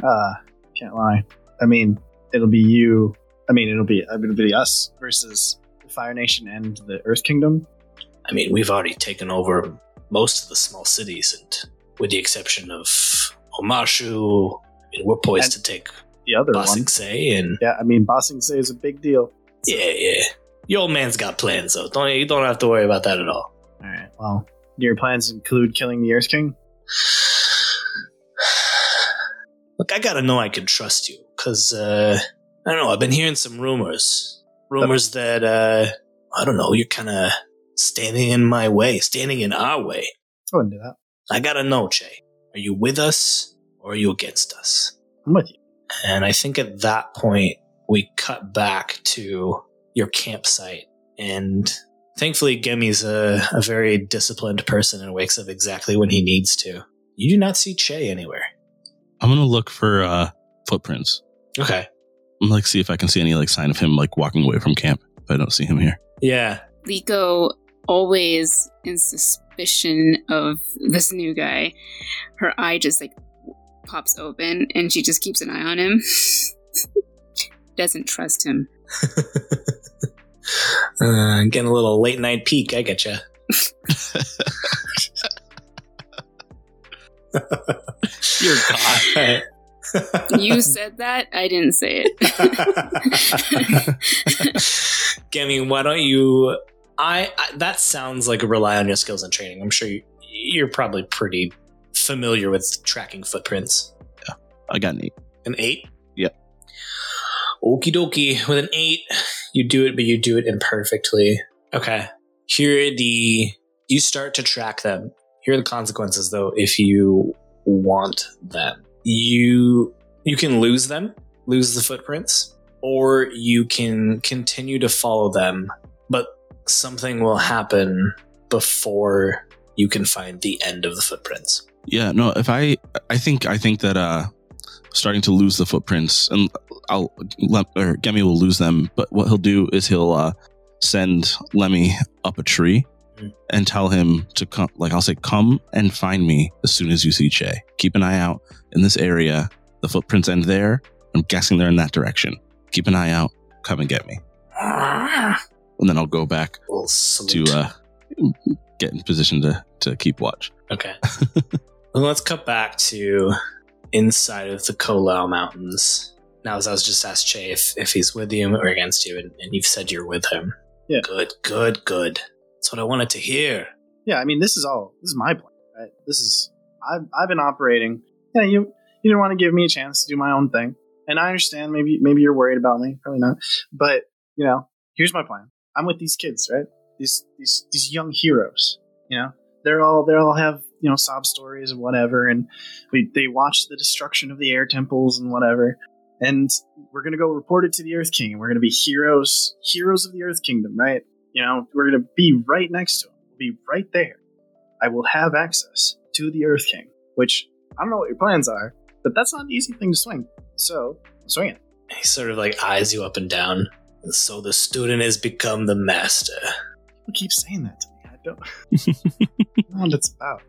[SPEAKER 6] Uh, can't lie. I mean, it'll be you. I mean, it'll be it'll be us versus the Fire Nation and the Earth Kingdom.
[SPEAKER 3] i mean we've already taken over most of the small cities and with the exception of omashu I mean, we're poised to take
[SPEAKER 6] The other one.
[SPEAKER 3] Basingse and
[SPEAKER 6] Yeah, I mean, Bossing Say is a big deal.
[SPEAKER 3] Yeah, yeah. Your old man's got plans, though. Don't you don't have to worry about that at all.
[SPEAKER 6] All right. Well, do your plans include killing the Earth King?
[SPEAKER 3] Look, I gotta know I can trust you, cause uh, I don't know. I've been hearing some rumors, rumors that uh, I don't know. You're kind of standing in my way, standing in our way.
[SPEAKER 6] I wouldn't do that.
[SPEAKER 3] I gotta know, Che. Are you with us or are you against us?
[SPEAKER 6] I'm with you.
[SPEAKER 3] And I think at that point, we cut back to your campsite. And thankfully, Gemi's a, a very disciplined person and wakes up exactly when he needs to. You do not see Che anywhere.
[SPEAKER 7] I'm gonna look for uh, footprints.
[SPEAKER 3] Okay.
[SPEAKER 7] I'm like see if I can see any like sign of him like walking away from camp. If I don't see him here,
[SPEAKER 3] Yeah.
[SPEAKER 8] Liko always in suspicion of this new guy. Her eye just like pops open and she just keeps an eye on him. Doesn't trust him.
[SPEAKER 3] uh, getting a little late night peek. I getcha.
[SPEAKER 5] Dear God.
[SPEAKER 8] You said that, I didn't say it.
[SPEAKER 3] Gemi, why don't you? I, I that sounds like a rely on your skills and training. I'm sure you, you're probably pretty familiar with tracking footprints.
[SPEAKER 7] I got an eight.
[SPEAKER 3] An eight.
[SPEAKER 7] Yep.
[SPEAKER 3] Okie dokie. With an eight, you do it, but you do it imperfectly. Okay. Here are the you start to track them. Here are the consequences, though, if you want them. You you can lose them, lose the footprints, or you can continue to follow them, but something will happen before you can find the end of the footprints.
[SPEAKER 7] Yeah, no, if I I think I think that uh starting to lose the footprints and I'll let or Gemi will lose them, but what he'll do is he'll uh send Lemmy up a tree
[SPEAKER 3] Mhm.
[SPEAKER 7] and tell him to come like I'll say come and find me as soon as you see Che. Keep an eye out in this area. The footprints end there. I'm guessing they're in that direction. Keep an eye out. Come and get me. And then I'll go back
[SPEAKER 3] Little
[SPEAKER 7] to
[SPEAKER 3] salute.
[SPEAKER 7] uh get in position to to keep watch.
[SPEAKER 3] Okay. well, let's cut back to inside of the Kolau Mountains. Now, as I was just asked Che if, if he's with you or against you, and, and you've said you're with him.
[SPEAKER 6] Yeah.
[SPEAKER 3] Good, good, good. That's what I wanted to hear.
[SPEAKER 6] Yeah, I mean, this is all. This is my plan. Right? This is I've I've been operating. Yeah, you you didn't want to give me a chance to do my own thing, and I understand. Maybe maybe you're worried about me. Probably not. But you know, here's my plan. I'm with these kids, right? These these these young heroes. You know, they're all they all have you know sob stories and whatever, and we, they watch the destruction of the air temples and whatever. And we're gonna go report it to the Earth King, and we're gonna be heroes, heroes of the Earth Kingdom, right? You know, we're gonna be right next to him. We'll be right there. I will have access to the Earth King, which I don't know what your plans are, but that's not an easy thing to swing. So swing it.
[SPEAKER 3] He sort of like eyes you up and down. And so the student has become the master.
[SPEAKER 6] People keep saying that to me. I don't, I don't know what it's about.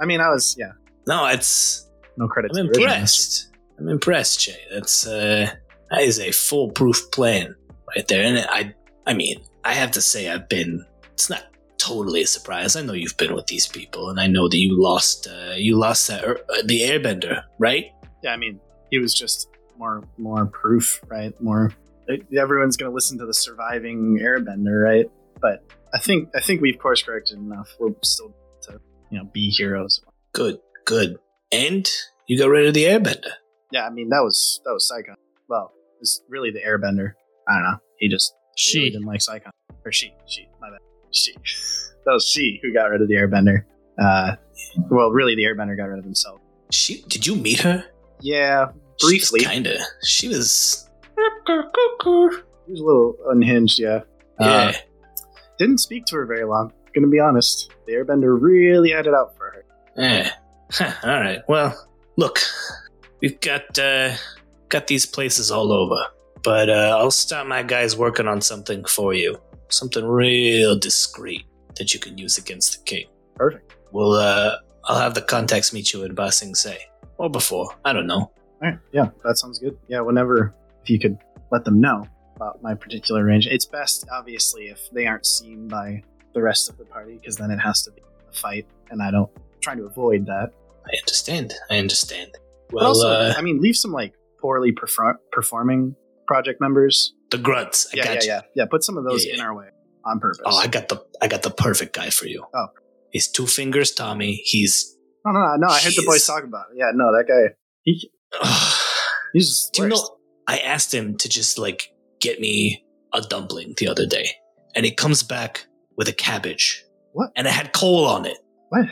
[SPEAKER 6] I mean, I was yeah,
[SPEAKER 3] No, it's.
[SPEAKER 6] no credit.
[SPEAKER 3] I'm
[SPEAKER 6] to the original
[SPEAKER 3] impressed. I'm impressed, Che. That's uh, that is a foolproof plan right there. And I, I mean, I have to say, I've been. It's not totally a surprise. I know you've been with these people, and I know that you lost. Uh, you lost that er, uh, the Airbender, right?
[SPEAKER 6] yeah, I mean, he was just more more proof, right? More e-, everyone's going to listen to the surviving airbender, right? But I think I think we've course corrected enough. We're still to you know be heroes.
[SPEAKER 3] Good, good. And you got rid of the Airbender.
[SPEAKER 6] Yeah, I mean that was that was Psychon. Well, it's really the airbender. I don't know. He just she really
[SPEAKER 4] She.
[SPEAKER 6] didn't like Psychon or she she my bad she that was she who got rid of the airbender. Uh, well, really the airbender got rid of himself.
[SPEAKER 3] She did you meet her
[SPEAKER 6] Yeah, briefly.
[SPEAKER 3] She was kinda. She was.
[SPEAKER 6] he was a little unhinged. Yeah.
[SPEAKER 3] Yeah.
[SPEAKER 6] Uh, Didn't speak to her very long. Gonna be honest, the Airbender really had it out for her.
[SPEAKER 3] Yeah. Eh. Huh, all right. Well, look, we've got uh, got these places all over, but uh, I'll start my guys working on something for you. Something real discreet that you can use against the king.
[SPEAKER 6] Perfect.
[SPEAKER 3] We'll. Uh, I'll have the contacts meet you in Ba Sing Se or before. I don't know.
[SPEAKER 6] All right, yeah, that sounds good. Yeah, whenever if you could let them know about my particular range, it's best obviously if they aren't seen by the rest of the party because then it has to be a fight, and I don't I'm trying to avoid that.
[SPEAKER 3] I understand. I understand.
[SPEAKER 6] But
[SPEAKER 3] Well,
[SPEAKER 6] also,
[SPEAKER 3] uh,
[SPEAKER 6] I mean, leave some like poorly perfor- performing project members.
[SPEAKER 3] the grunts. I
[SPEAKER 6] yeah,
[SPEAKER 3] got
[SPEAKER 6] yeah,
[SPEAKER 3] you.
[SPEAKER 6] yeah, yeah. Put some of those
[SPEAKER 3] Yeah,
[SPEAKER 6] in
[SPEAKER 3] yeah.
[SPEAKER 6] our way on purpose.
[SPEAKER 3] Oh, I got the I got the perfect guy for you.
[SPEAKER 6] Oh.
[SPEAKER 3] He's two fingers, Tommy. He's.
[SPEAKER 6] no, no, no, no. I heard the boys
[SPEAKER 3] Jeez.
[SPEAKER 6] talk about it. Yeah, no, that guy. He, he's just
[SPEAKER 3] Do you
[SPEAKER 6] worst.
[SPEAKER 3] know? I asked him to just like get me a dumpling the other day, and he comes back with a cabbage.
[SPEAKER 6] What?
[SPEAKER 3] And it had coal on it.
[SPEAKER 6] What?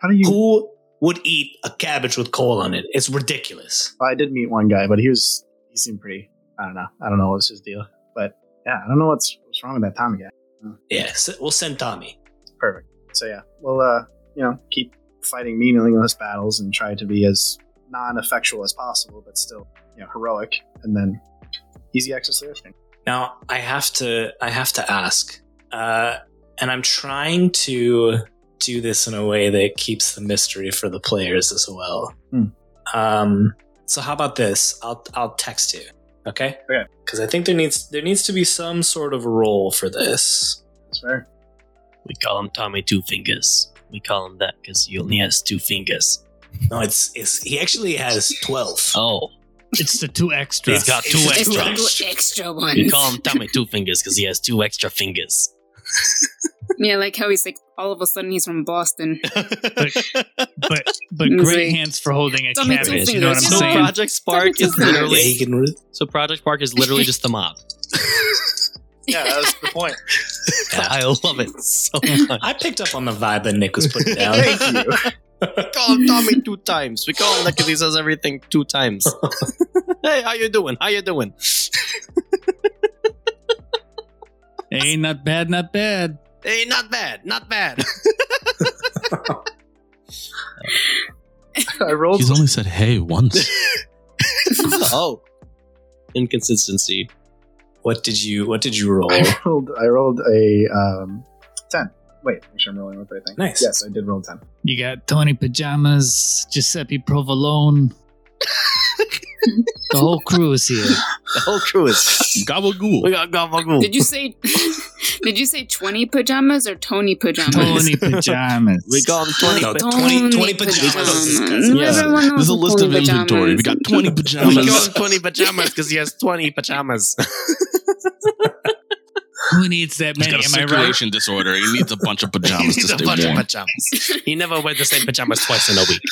[SPEAKER 6] How do you?
[SPEAKER 3] Who would eat a cabbage with coal on it? It's ridiculous.
[SPEAKER 6] Well, I did meet one guy, but he was he seemed pretty. I don't know. I don't know what was his deal, but yeah, I don't know what's what's wrong with that Tommy guy.
[SPEAKER 3] Yeah, s we'll send Tommy.
[SPEAKER 6] Perfect. So yeah, we'll uh, you know, keep fighting meaningless battles and try to be as non-effectual as possible, but still, you know, heroic, and then easy access to everything.
[SPEAKER 3] Now I have to. I have to ask. Uh, and I'm trying to do this in a way that keeps the mystery for the players as well.
[SPEAKER 6] Hmm.
[SPEAKER 3] Um, so how about this? I'll I'll text you, okay?
[SPEAKER 6] Okay.
[SPEAKER 3] Because I think there needs there needs to be some sort of role for this.
[SPEAKER 6] That's fair.
[SPEAKER 5] We call him Tommy Two Fingers. We call him that because he only has two fingers.
[SPEAKER 3] No, it's it's he actually has twelve.
[SPEAKER 5] Oh,
[SPEAKER 4] It's the two extras.
[SPEAKER 5] he's got
[SPEAKER 3] It's
[SPEAKER 5] two
[SPEAKER 3] just
[SPEAKER 8] It's
[SPEAKER 3] two
[SPEAKER 5] extra.
[SPEAKER 3] extras.
[SPEAKER 8] two extra
[SPEAKER 5] We
[SPEAKER 8] ones.
[SPEAKER 5] call him Tommy Two Fingers because he has two extra fingers.
[SPEAKER 8] Yeah, like how he's like all of a sudden he's from Boston.
[SPEAKER 4] but but
[SPEAKER 8] Mm,
[SPEAKER 4] great
[SPEAKER 8] see.
[SPEAKER 4] hands for holding a
[SPEAKER 8] Don't make two
[SPEAKER 4] cabbage. You know what I'm
[SPEAKER 8] fingers, you know
[SPEAKER 4] saying?
[SPEAKER 8] what?
[SPEAKER 5] Project Spark is
[SPEAKER 3] Yeah,
[SPEAKER 5] literally
[SPEAKER 3] he can.
[SPEAKER 5] so Project Spark is literally just the mob.
[SPEAKER 6] Yeah, that was the point.
[SPEAKER 5] I love it so much.
[SPEAKER 3] I picked up on the vibe that Nick was putting down.
[SPEAKER 5] Thank you. call him Tommy two times. We call him that because he says everything two times. hey, how you doing? How you doing?
[SPEAKER 4] Hey, not bad, not bad.
[SPEAKER 5] Hey, not bad, not bad.
[SPEAKER 6] I rolled.
[SPEAKER 7] He's only said hey once.
[SPEAKER 5] oh, inconsistency.
[SPEAKER 3] What did you What did you roll?
[SPEAKER 6] I rolled. I rolled a um, ten. Wait, make sure I'm rolling with the right thing.
[SPEAKER 3] Nice.
[SPEAKER 6] Yes, I did roll ten.
[SPEAKER 4] You got Tony Pajamas, Giuseppe Provolone. the whole crew is here.
[SPEAKER 5] The whole crew is.
[SPEAKER 7] Gabagool.
[SPEAKER 5] We got Gabagool.
[SPEAKER 8] Did you say? did you say twenty pajamas or Tony pajamas?
[SPEAKER 4] Tony Pajamas.
[SPEAKER 5] We call him Tony.
[SPEAKER 3] No, 20 20 pajamas.
[SPEAKER 5] Yeah.
[SPEAKER 8] Everyone knows
[SPEAKER 7] There's a
[SPEAKER 8] the
[SPEAKER 7] list of
[SPEAKER 8] Tony
[SPEAKER 7] inventory. We got
[SPEAKER 5] we
[SPEAKER 7] 20
[SPEAKER 8] pajamas.
[SPEAKER 5] call
[SPEAKER 7] pajamas.
[SPEAKER 5] him Tony pajamas because he has twenty pajamas.
[SPEAKER 4] Who needs that
[SPEAKER 7] He's
[SPEAKER 4] many?
[SPEAKER 7] got a
[SPEAKER 4] Am I right?
[SPEAKER 7] circulation disorder. He needs a bunch of pajamas
[SPEAKER 5] He's
[SPEAKER 7] to
[SPEAKER 5] a
[SPEAKER 7] stay
[SPEAKER 5] bunch of
[SPEAKER 7] warm.
[SPEAKER 5] pajamas. He never wears the same pajamas twice in a week.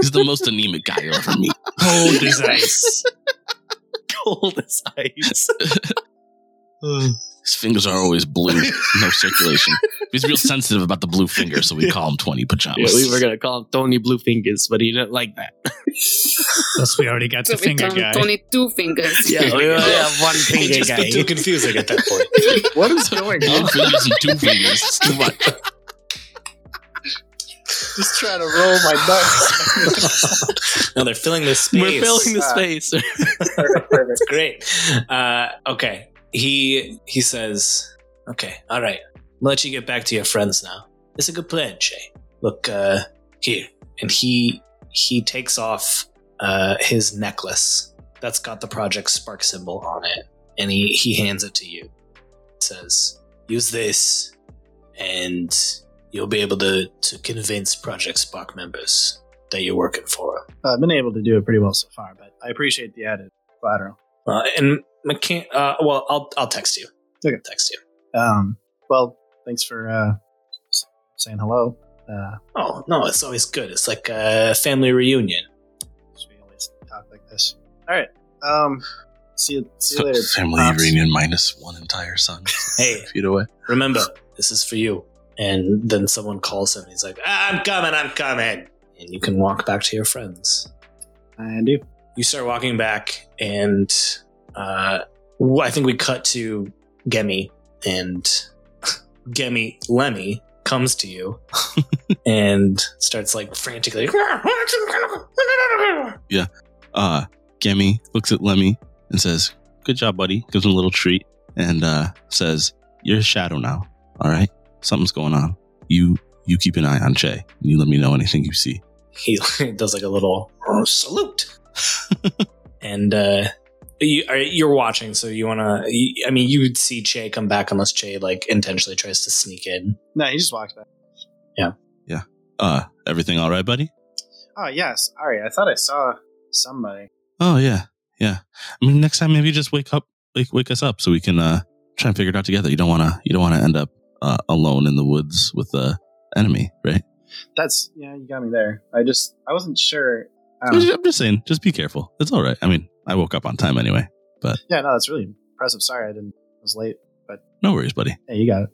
[SPEAKER 7] He's the most anemic guy you'll ever meet.
[SPEAKER 4] Cold as ice.
[SPEAKER 5] Cold as ice.
[SPEAKER 7] His fingers are always blue. No circulation. He's real sensitive about the blue finger, so we call him 20
[SPEAKER 5] Yeah,
[SPEAKER 7] pajamas.
[SPEAKER 5] we were gonna call him Tony Blue Fingers, but he didn't like that.
[SPEAKER 4] Plus, we already got
[SPEAKER 8] So
[SPEAKER 4] the finger
[SPEAKER 8] we
[SPEAKER 4] guy.
[SPEAKER 8] count Tony two fingers.
[SPEAKER 5] Yeah, we only have one
[SPEAKER 3] It
[SPEAKER 5] finger
[SPEAKER 3] just
[SPEAKER 5] guy.
[SPEAKER 3] got too confusing at that point.
[SPEAKER 6] What is going
[SPEAKER 7] One
[SPEAKER 6] on?
[SPEAKER 7] fingers and two fingers. It's too much.
[SPEAKER 6] Just trying to roll my dice.
[SPEAKER 3] No, they're filling this space.
[SPEAKER 5] We're filling the
[SPEAKER 6] Uh,
[SPEAKER 5] space.
[SPEAKER 6] perfect, perfect.
[SPEAKER 3] Great. Uh, okay. He he says, okay, all right. I'll let you get back to your friends now. It's a good plan, Jay. Look, uh, here. And he he takes off uh, his necklace that's got the project spark symbol on it, and he he hands it to you. says, use this, and you'll be able to to convince Project Spark members that you're working for 'em."
[SPEAKER 6] Uh, I've been able to do it pretty well so far, but I appreciate the added collateral.
[SPEAKER 3] Uh, and McCann, uh, well, I'll I'll text you.
[SPEAKER 6] Okay.
[SPEAKER 3] text you.
[SPEAKER 6] Um, well, thanks for uh, s- saying hello. Uh,
[SPEAKER 3] Oh no, it's always good. It's like a family reunion.
[SPEAKER 6] should we always talk like this? All right. Um, see you, see you later.
[SPEAKER 7] Family
[SPEAKER 6] pops.
[SPEAKER 7] reunion minus one entire son.
[SPEAKER 3] Hey,
[SPEAKER 7] Feet away.
[SPEAKER 3] remember this is for you. And then someone calls him. and He's like, "Ah, "I'm coming, I'm coming." And you can walk back to your friends.
[SPEAKER 6] I do.
[SPEAKER 3] You start walking back, and uh, wh- I think we cut to Gemi, and Gemi Lemmy comes to you and starts like frantically. "Ah,
[SPEAKER 7] uh, Gemmy looks at Lemmy and says, Good job, buddy. Gives him a little treat and uh, says, You're a shadow now. All right. Something's going on. You you keep an eye on Che and you let me know anything you see.
[SPEAKER 3] he does like a little salute and uh you are you're watching so you want to i mean you would see che come back unless che like intentionally tries to sneak in
[SPEAKER 6] No, he just walks back.
[SPEAKER 7] Uh, everything all right, buddy?
[SPEAKER 6] Oh yes. All right. I thought I saw somebody.
[SPEAKER 7] Oh yeah. Yeah. I mean next time maybe just wake up wake wake us up so we can uh try and figure it out together. You don't wanna you don't wanna end up uh, alone in the woods with the enemy, right?
[SPEAKER 6] That's yeah. You got me there. I just I wasn't sure.
[SPEAKER 7] I'm
[SPEAKER 6] Um,
[SPEAKER 7] just- I'm just saying, just be careful. It's all right. I mean, I woke up on time anyway.
[SPEAKER 6] yeah. No, that's really impressive. Sorry, I didn't. I was late.
[SPEAKER 7] No worries, buddy.
[SPEAKER 6] Hey, you got it.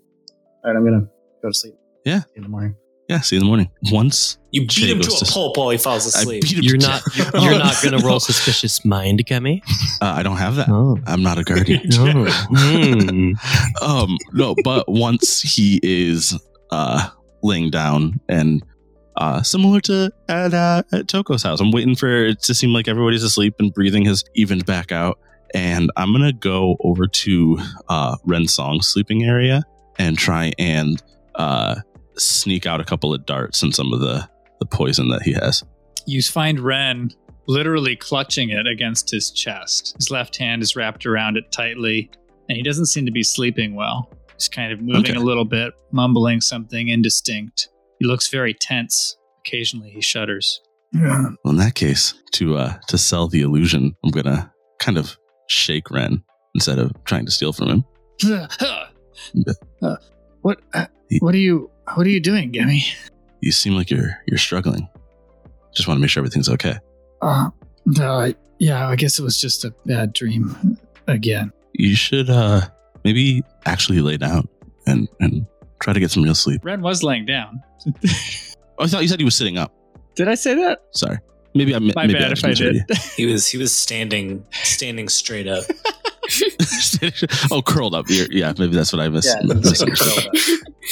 [SPEAKER 6] All right. I'm gonna go to sleep.
[SPEAKER 7] Yeah.
[SPEAKER 6] See you in the morning.
[SPEAKER 7] Yeah, see you in the morning. Once
[SPEAKER 3] you beat
[SPEAKER 7] Che
[SPEAKER 3] him to
[SPEAKER 7] goes
[SPEAKER 3] a
[SPEAKER 7] to-
[SPEAKER 3] pulp while he falls
[SPEAKER 7] I
[SPEAKER 3] asleep
[SPEAKER 7] beat him
[SPEAKER 5] You're
[SPEAKER 7] to
[SPEAKER 5] not-
[SPEAKER 7] death.
[SPEAKER 5] You're not gonna roll suspicious mind, Kemi.
[SPEAKER 7] Uh, I don't have that.
[SPEAKER 5] Oh.
[SPEAKER 7] I'm not a guardian.
[SPEAKER 5] No.
[SPEAKER 7] Oh.
[SPEAKER 5] Hmm.
[SPEAKER 7] um, no, but once he is uh, laying down and uh, similar to at, uh, at Toko's house, I'm waiting for it to seem like everybody's asleep and breathing has evened back out. And I'm going to go over to uh, Rensong's sleeping area and try and uh, sneak out a couple of darts and some of the, the poison that he has.
[SPEAKER 4] You find Ren literally clutching it against his chest. His left hand is wrapped around it tightly, and he doesn't seem to be sleeping well. He's kind of moving
[SPEAKER 7] Okay.
[SPEAKER 4] a little bit, mumbling something indistinct. He looks very tense. Occasionally, he shudders.
[SPEAKER 7] Well, in that case, to uh, to sell the illusion, I'm gonna kind of shake Ren instead of trying to steal from him.
[SPEAKER 4] Uh, what? Uh, what are you? What are you doing, Gammy?
[SPEAKER 7] You seem like you're you're struggling. Just want to make sure everything's okay.
[SPEAKER 4] Uh, uh, yeah, I guess it was just a bad dream again.
[SPEAKER 7] You should uh, maybe actually lay down and and try to get some real sleep.
[SPEAKER 4] Ren was laying down.
[SPEAKER 7] Oh, I thought you said he was sitting up.
[SPEAKER 4] Did I say that?
[SPEAKER 7] Sorry. Maybe I mi-
[SPEAKER 4] My
[SPEAKER 7] maybe
[SPEAKER 4] bad
[SPEAKER 7] I
[SPEAKER 4] if I
[SPEAKER 7] misheard
[SPEAKER 4] did.
[SPEAKER 3] He was he was standing standing straight up.
[SPEAKER 7] you. oh, curled up. You're, yeah, maybe that's what I missed.
[SPEAKER 6] Yeah, it's like curled up.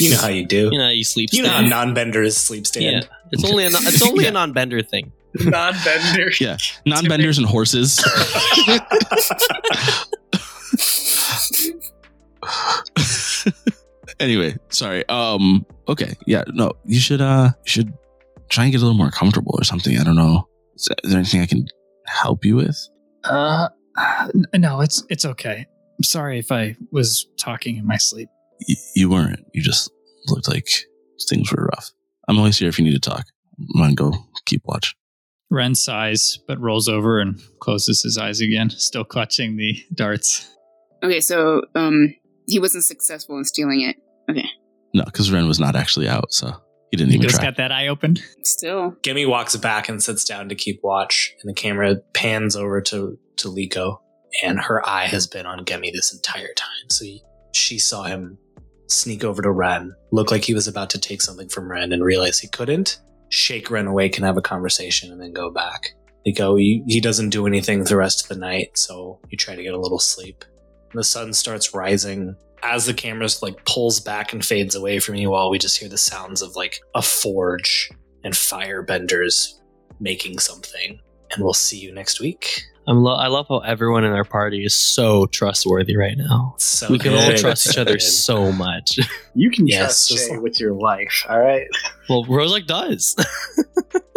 [SPEAKER 3] You know how you do.
[SPEAKER 5] You know, you sleep.
[SPEAKER 3] You know how
[SPEAKER 5] stand.
[SPEAKER 3] non-benders sleep stand.
[SPEAKER 5] Yeah. It's only a, it's only a non-bender thing.
[SPEAKER 6] non-bender.
[SPEAKER 7] Yeah. Non-benders and horses. anyway, sorry. Um. Okay. Yeah. No. You should. Uh. You should try and get a little more comfortable or something. I don't know. Is, is there anything I can help you with?
[SPEAKER 4] Uh, n- no, it's it's okay. I'm sorry if I was talking in my sleep.
[SPEAKER 7] Y- you weren't. You just looked like things were rough. I'm always here if you need to talk. I'm gonna go keep watch.
[SPEAKER 4] Ren sighs, but rolls over and closes his eyes again, still clutching the darts.
[SPEAKER 8] Okay, so um, he wasn't successful in stealing it.
[SPEAKER 7] No, because Ren was not actually out, so he didn't
[SPEAKER 4] He
[SPEAKER 7] even
[SPEAKER 4] just
[SPEAKER 7] try.
[SPEAKER 4] got that eye open.
[SPEAKER 8] Still,
[SPEAKER 3] Gimme walks back and sits down to keep watch, and the camera pans over to to Liko, and her eye has been on Gimme this entire time. So he, she saw him sneak over to Ren, look like he was about to take something from Ren, and realize he couldn't. Shake Ren awake and have a conversation, and then go back. Liko, he, he doesn't do anything the rest of the night, so you try to get a little sleep. The sun starts rising. As the camera like pulls back and fades away from you all, we just hear the sounds of like a forge and firebenders making something. And we'll see you next week.
[SPEAKER 5] I'm lo- I love how everyone in our party is so trustworthy right now.
[SPEAKER 3] So
[SPEAKER 5] We can all
[SPEAKER 3] good.
[SPEAKER 5] trust each other
[SPEAKER 3] Good.
[SPEAKER 5] so much.
[SPEAKER 6] You can
[SPEAKER 3] Yes,
[SPEAKER 6] trust
[SPEAKER 3] just-
[SPEAKER 6] Jay with your life, all right?
[SPEAKER 5] Well, Rozak does.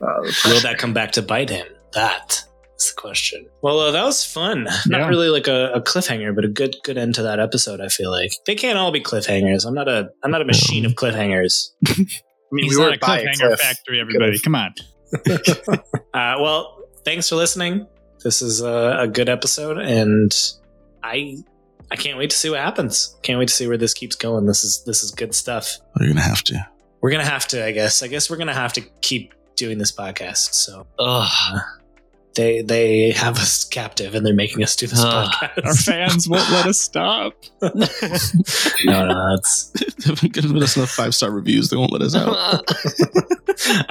[SPEAKER 6] Uh,
[SPEAKER 3] Will that come back to bite him? That is the question. Well, uh, that was fun.
[SPEAKER 4] Yeah.
[SPEAKER 3] Not really like a, a cliffhanger, but a good good end to that episode. I feel like they can't all be cliffhangers. I'm not a I'm not a machine of cliffhangers.
[SPEAKER 6] I mean,
[SPEAKER 4] He's not
[SPEAKER 6] we were
[SPEAKER 4] a
[SPEAKER 6] by a
[SPEAKER 4] cliffhanger
[SPEAKER 6] cliff.
[SPEAKER 4] factory, everybody.
[SPEAKER 6] Could've-
[SPEAKER 4] Come on.
[SPEAKER 3] Uh, well, thanks for listening. This is a, a good episode, and I I can't wait to see what happens. Can't wait to see where this keeps going. This is this is good stuff.
[SPEAKER 7] But you're gonna have to.
[SPEAKER 3] We're gonna have to, I guess. I guess we're gonna have to keep doing this podcast. So
[SPEAKER 5] Ugh.
[SPEAKER 3] they they have us captive, and they're making us do this
[SPEAKER 5] Ah,
[SPEAKER 4] Our
[SPEAKER 3] podcast.
[SPEAKER 4] fans won't let us stop.
[SPEAKER 3] no, no, that's
[SPEAKER 7] They've given us enough five star reviews. They won't let us out.
[SPEAKER 3] All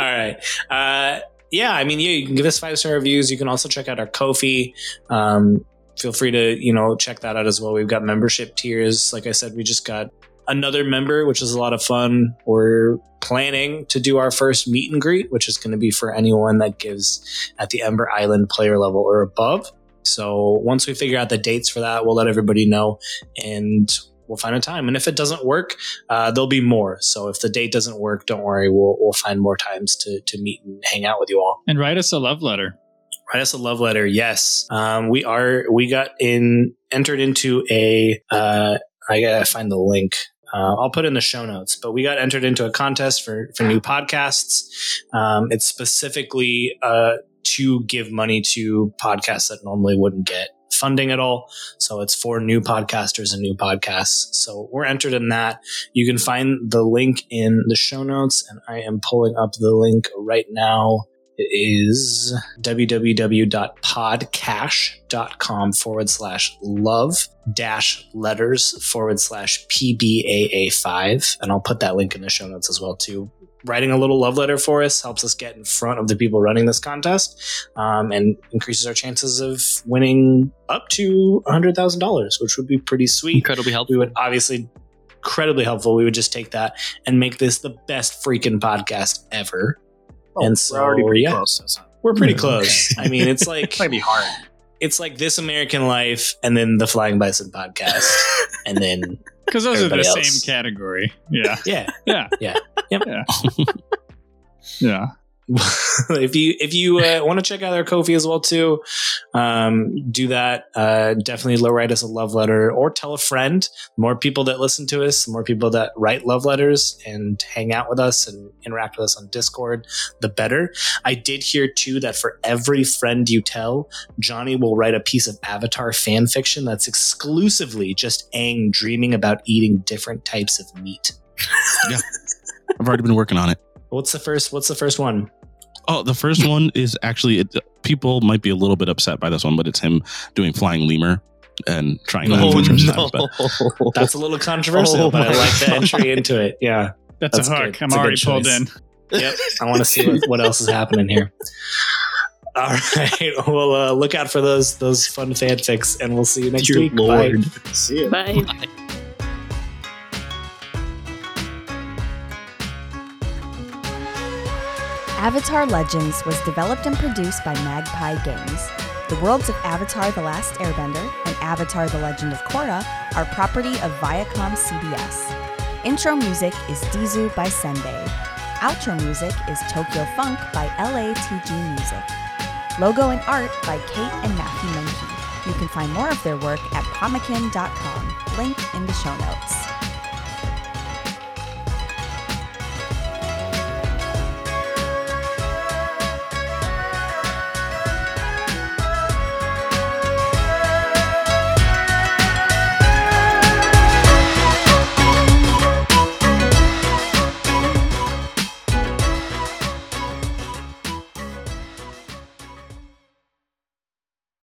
[SPEAKER 3] right. Uh, yeah, I mean, yeah, you can give us five star reviews. You can also check out our Kofi. Um, feel free to you know check that out as well. We've got membership tiers. Like I said, we just got another member, which is a lot of fun. We're planning to do our first meet and greet, which is going to be for anyone that gives at the Ember Island player level or above. So once we figure out the dates for that, we'll let everybody know and we'll find a time. And if it doesn't work, uh, there'll be more. So if the date doesn't work, don't worry. We'll we'll find more times to to meet and hang out with you all.
[SPEAKER 4] And write us a love letter.
[SPEAKER 3] Write us a love letter. Yes, um, we are. We got in entered into a. Uh, I gotta find the link. Uh, I'll put it in the show notes. But we got entered into a contest for for new podcasts. Um, it's specifically uh, to give money to podcasts that normally wouldn't get funding at all. So it's for new podcasters and new podcasts. So we're entered in that. You can find the link in the show notes, and I am pulling up the link right now. It is www.podcash.com forward slash love dash letters forward slash PBAA5. And I'll put that link in the show notes as well, too. Writing a little love letter for us helps us get in front of the people running this contest um, and increases our chances of winning up to $100,000, which would be pretty sweet
[SPEAKER 5] Incredibly
[SPEAKER 3] we
[SPEAKER 5] helpful.
[SPEAKER 3] would obviously incredibly helpful. We would just take that and make this the best freaking podcast ever.
[SPEAKER 6] Oh,
[SPEAKER 3] And
[SPEAKER 6] we're already
[SPEAKER 3] so,
[SPEAKER 6] pretty
[SPEAKER 3] yeah.
[SPEAKER 6] close. So it's not-
[SPEAKER 3] We're pretty
[SPEAKER 7] Yeah,
[SPEAKER 3] close. I mean, it's like
[SPEAKER 6] it's not gonna be hard.
[SPEAKER 3] It's like This American Life and then the Flying Bison podcast. and then,
[SPEAKER 4] Because those
[SPEAKER 3] Everybody
[SPEAKER 4] are the
[SPEAKER 3] else.
[SPEAKER 4] same category. Yeah.
[SPEAKER 3] yeah.
[SPEAKER 4] Yeah.
[SPEAKER 3] Yeah. Yep.
[SPEAKER 4] Yeah. yeah.
[SPEAKER 3] if you if you uh, want to check out our Kofi as well too, um, do that. Uh, definitely lo- write us a love letter or tell a friend. The more people that listen to us, the more people that write love letters and hang out with us and interact with us on Discord, the better. I did hear too that for every friend you tell, Johnny will write a piece of Avatar fan fiction that's exclusively just Aang dreaming about eating different types of meat.
[SPEAKER 7] I've already been working on it.
[SPEAKER 3] What's the first? What's the first one?
[SPEAKER 7] Oh, the first one is actually it, people might be a little bit upset by this one, but it's him doing flying lemur and trying to
[SPEAKER 5] Oh
[SPEAKER 7] which is not
[SPEAKER 5] no!
[SPEAKER 7] as bad.
[SPEAKER 3] That's a little controversial,
[SPEAKER 5] Oh
[SPEAKER 3] but I
[SPEAKER 5] my
[SPEAKER 3] like the
[SPEAKER 5] God.
[SPEAKER 3] entry into it. Yeah.
[SPEAKER 4] That's,
[SPEAKER 3] That's
[SPEAKER 4] a hook.
[SPEAKER 3] good. It's
[SPEAKER 4] I'm
[SPEAKER 3] a good
[SPEAKER 4] already pulled
[SPEAKER 3] choice.
[SPEAKER 4] in.
[SPEAKER 3] Yep. I want to see what, what else is happening here. All right. Well, uh, look out for those those fun fanfics, and we'll see you next
[SPEAKER 5] Dear
[SPEAKER 3] week. Bye.
[SPEAKER 5] Lord.
[SPEAKER 6] See ya.
[SPEAKER 8] Bye.
[SPEAKER 1] Avatar Legends was developed and produced by Magpie Games. The worlds of Avatar The Last Airbender and Avatar The Legend of Korra are property of Viacom CBS. Intro music is Dizu by Senbei. Outro music is Tokyo Funk by LATG Music. Logo and art by Kate and Matthew Menke. You can find more of their work at pomakin.com. Link in the show notes.